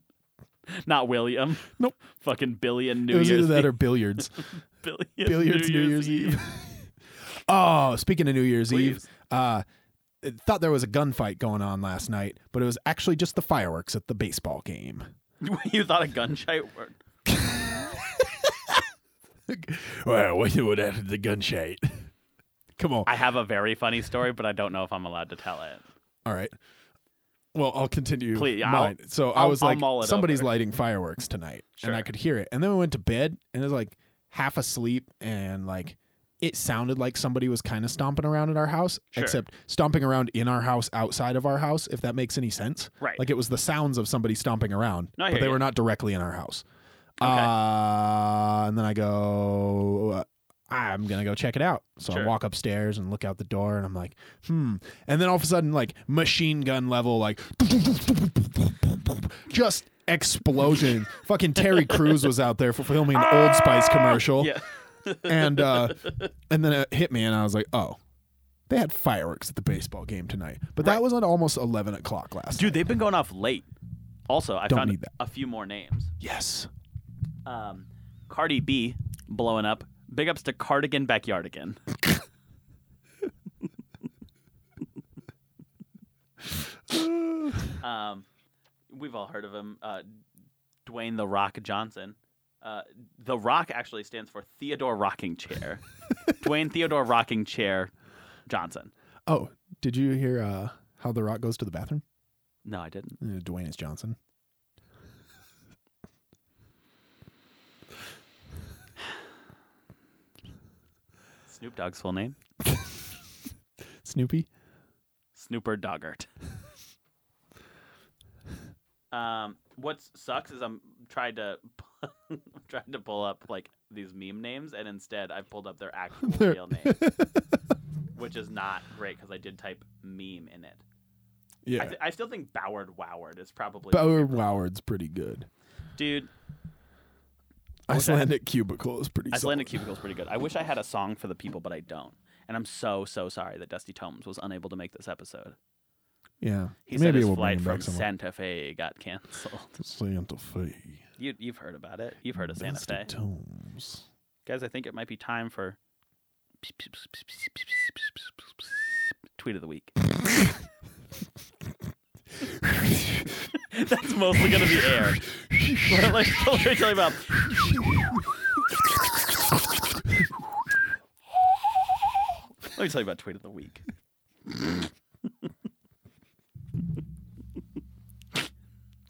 A: Not William.
B: Nope.
A: Fucking billion New
B: it was
A: Year's
B: either that
A: Eve. [LAUGHS]
B: or billiards.
A: billion
B: [LAUGHS] billiards New, Year's, Eve. [LAUGHS] oh, speaking of New Year's
A: Please.
B: Eve, uh, I thought there was a gunfight going on last night, but it was actually just the fireworks at the baseball game. [LAUGHS]
A: [LAUGHS] you thought a gunshot word.
B: Well, what what happened to the gunshot? [LAUGHS] Come on.
A: I have a very funny story, but I don't know if I'm allowed to tell it.
B: All right. Well, I'll continue.
A: Please, I'll-
B: mine. so I
A: I'll-
B: was
A: I'll
B: like,
A: mull it
B: somebody's
A: over.
B: lighting fireworks tonight, and I
A: Sure.
B: could hear it. And then we went to bed, and it was like half asleep, and like it sounded like somebody was kind of stomping around at our house,
A: Sure.
B: except stomping around in our house, outside of our house, if that makes any sense.
A: Right.
B: Like it was the sounds of somebody stomping around,
A: No, I
B: but
A: hear
B: they
A: you.
B: were not directly in our house.
A: Okay.
B: Uh, and then I go, uh, I'm gonna go check it out. So I
A: Sure.
B: walk upstairs and look out the door, and I'm like, hmm. And then all of a sudden, like machine gun level, like just explosion. [LAUGHS] Fucking Terry Crews was out there for filming an Old Spice commercial,
A: Yeah.
B: and
A: [LAUGHS]
B: uh, and then it hit me, and I was like, oh, they had fireworks at the baseball game tonight, but that was at almost eleven o'clock last.
A: Dude, they've been going off late. Also, I
B: Don't
A: found
B: need that.
A: a few more names.
B: Yes.
A: Um, Cardi B blowing up. Big ups to Cardigan Backyardigan. um, we've all heard of him. Uh, Dwayne The Rock Johnson. Uh, the Rock actually stands for Theodore Rocking Chair. Dwayne Theodore Rocking Chair Johnson.
B: Oh, did you hear uh, how The Rock goes to the bathroom?
A: No, I didn't.
B: Uh, Dwayne is Johnson.
A: Snoop Dogg's full name?
B: Snoopy.
A: Snooper Doggart. um, what sucks is I'm trying to [LAUGHS] I'm trying to pull up like these meme names, and instead I've pulled up their
B: [LAUGHS]
A: actual
B: They're-
A: real name, which is not great because I did type meme in it.
B: Yeah.
A: I, th- I still think Boward Woward is probably
B: Bauer Woward's pretty good.
A: dude.
B: Icelandic cubicle is pretty.
A: Icelandic
B: solid.
A: Cubicle is pretty good. I wish I had a song for the people, but I don't. And I'm so so sorry that Dusty Tomes was unable to make this episode.
B: Yeah.
A: He said
B: Maybe
A: his
B: we'll bring
A: flight
B: him
A: from
B: back somewhere.
A: Santa Fe got canceled.
B: Santa Fe.
A: You, you've heard about it. You've heard of Santa
B: Dusty
A: Fe.
B: Tomes.
A: Guys, I think it might be time for tweet of the week. That's mostly going to be air. Let- Let's let me tell you about. Let me tell you about tweet of the week.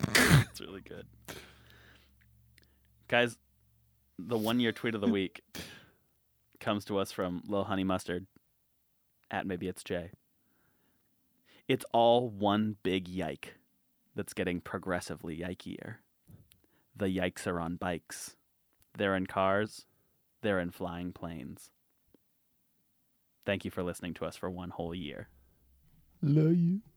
A: it's really good. Guys, the one year tweet of the week comes to us from Lil Honey Mustard at maybe it's Jay. It's all one big yike that's getting progressively yikier. The yikes are on bikes. They're in cars. They're in flying planes. Thank you for listening to us for one whole year.
B: Love you.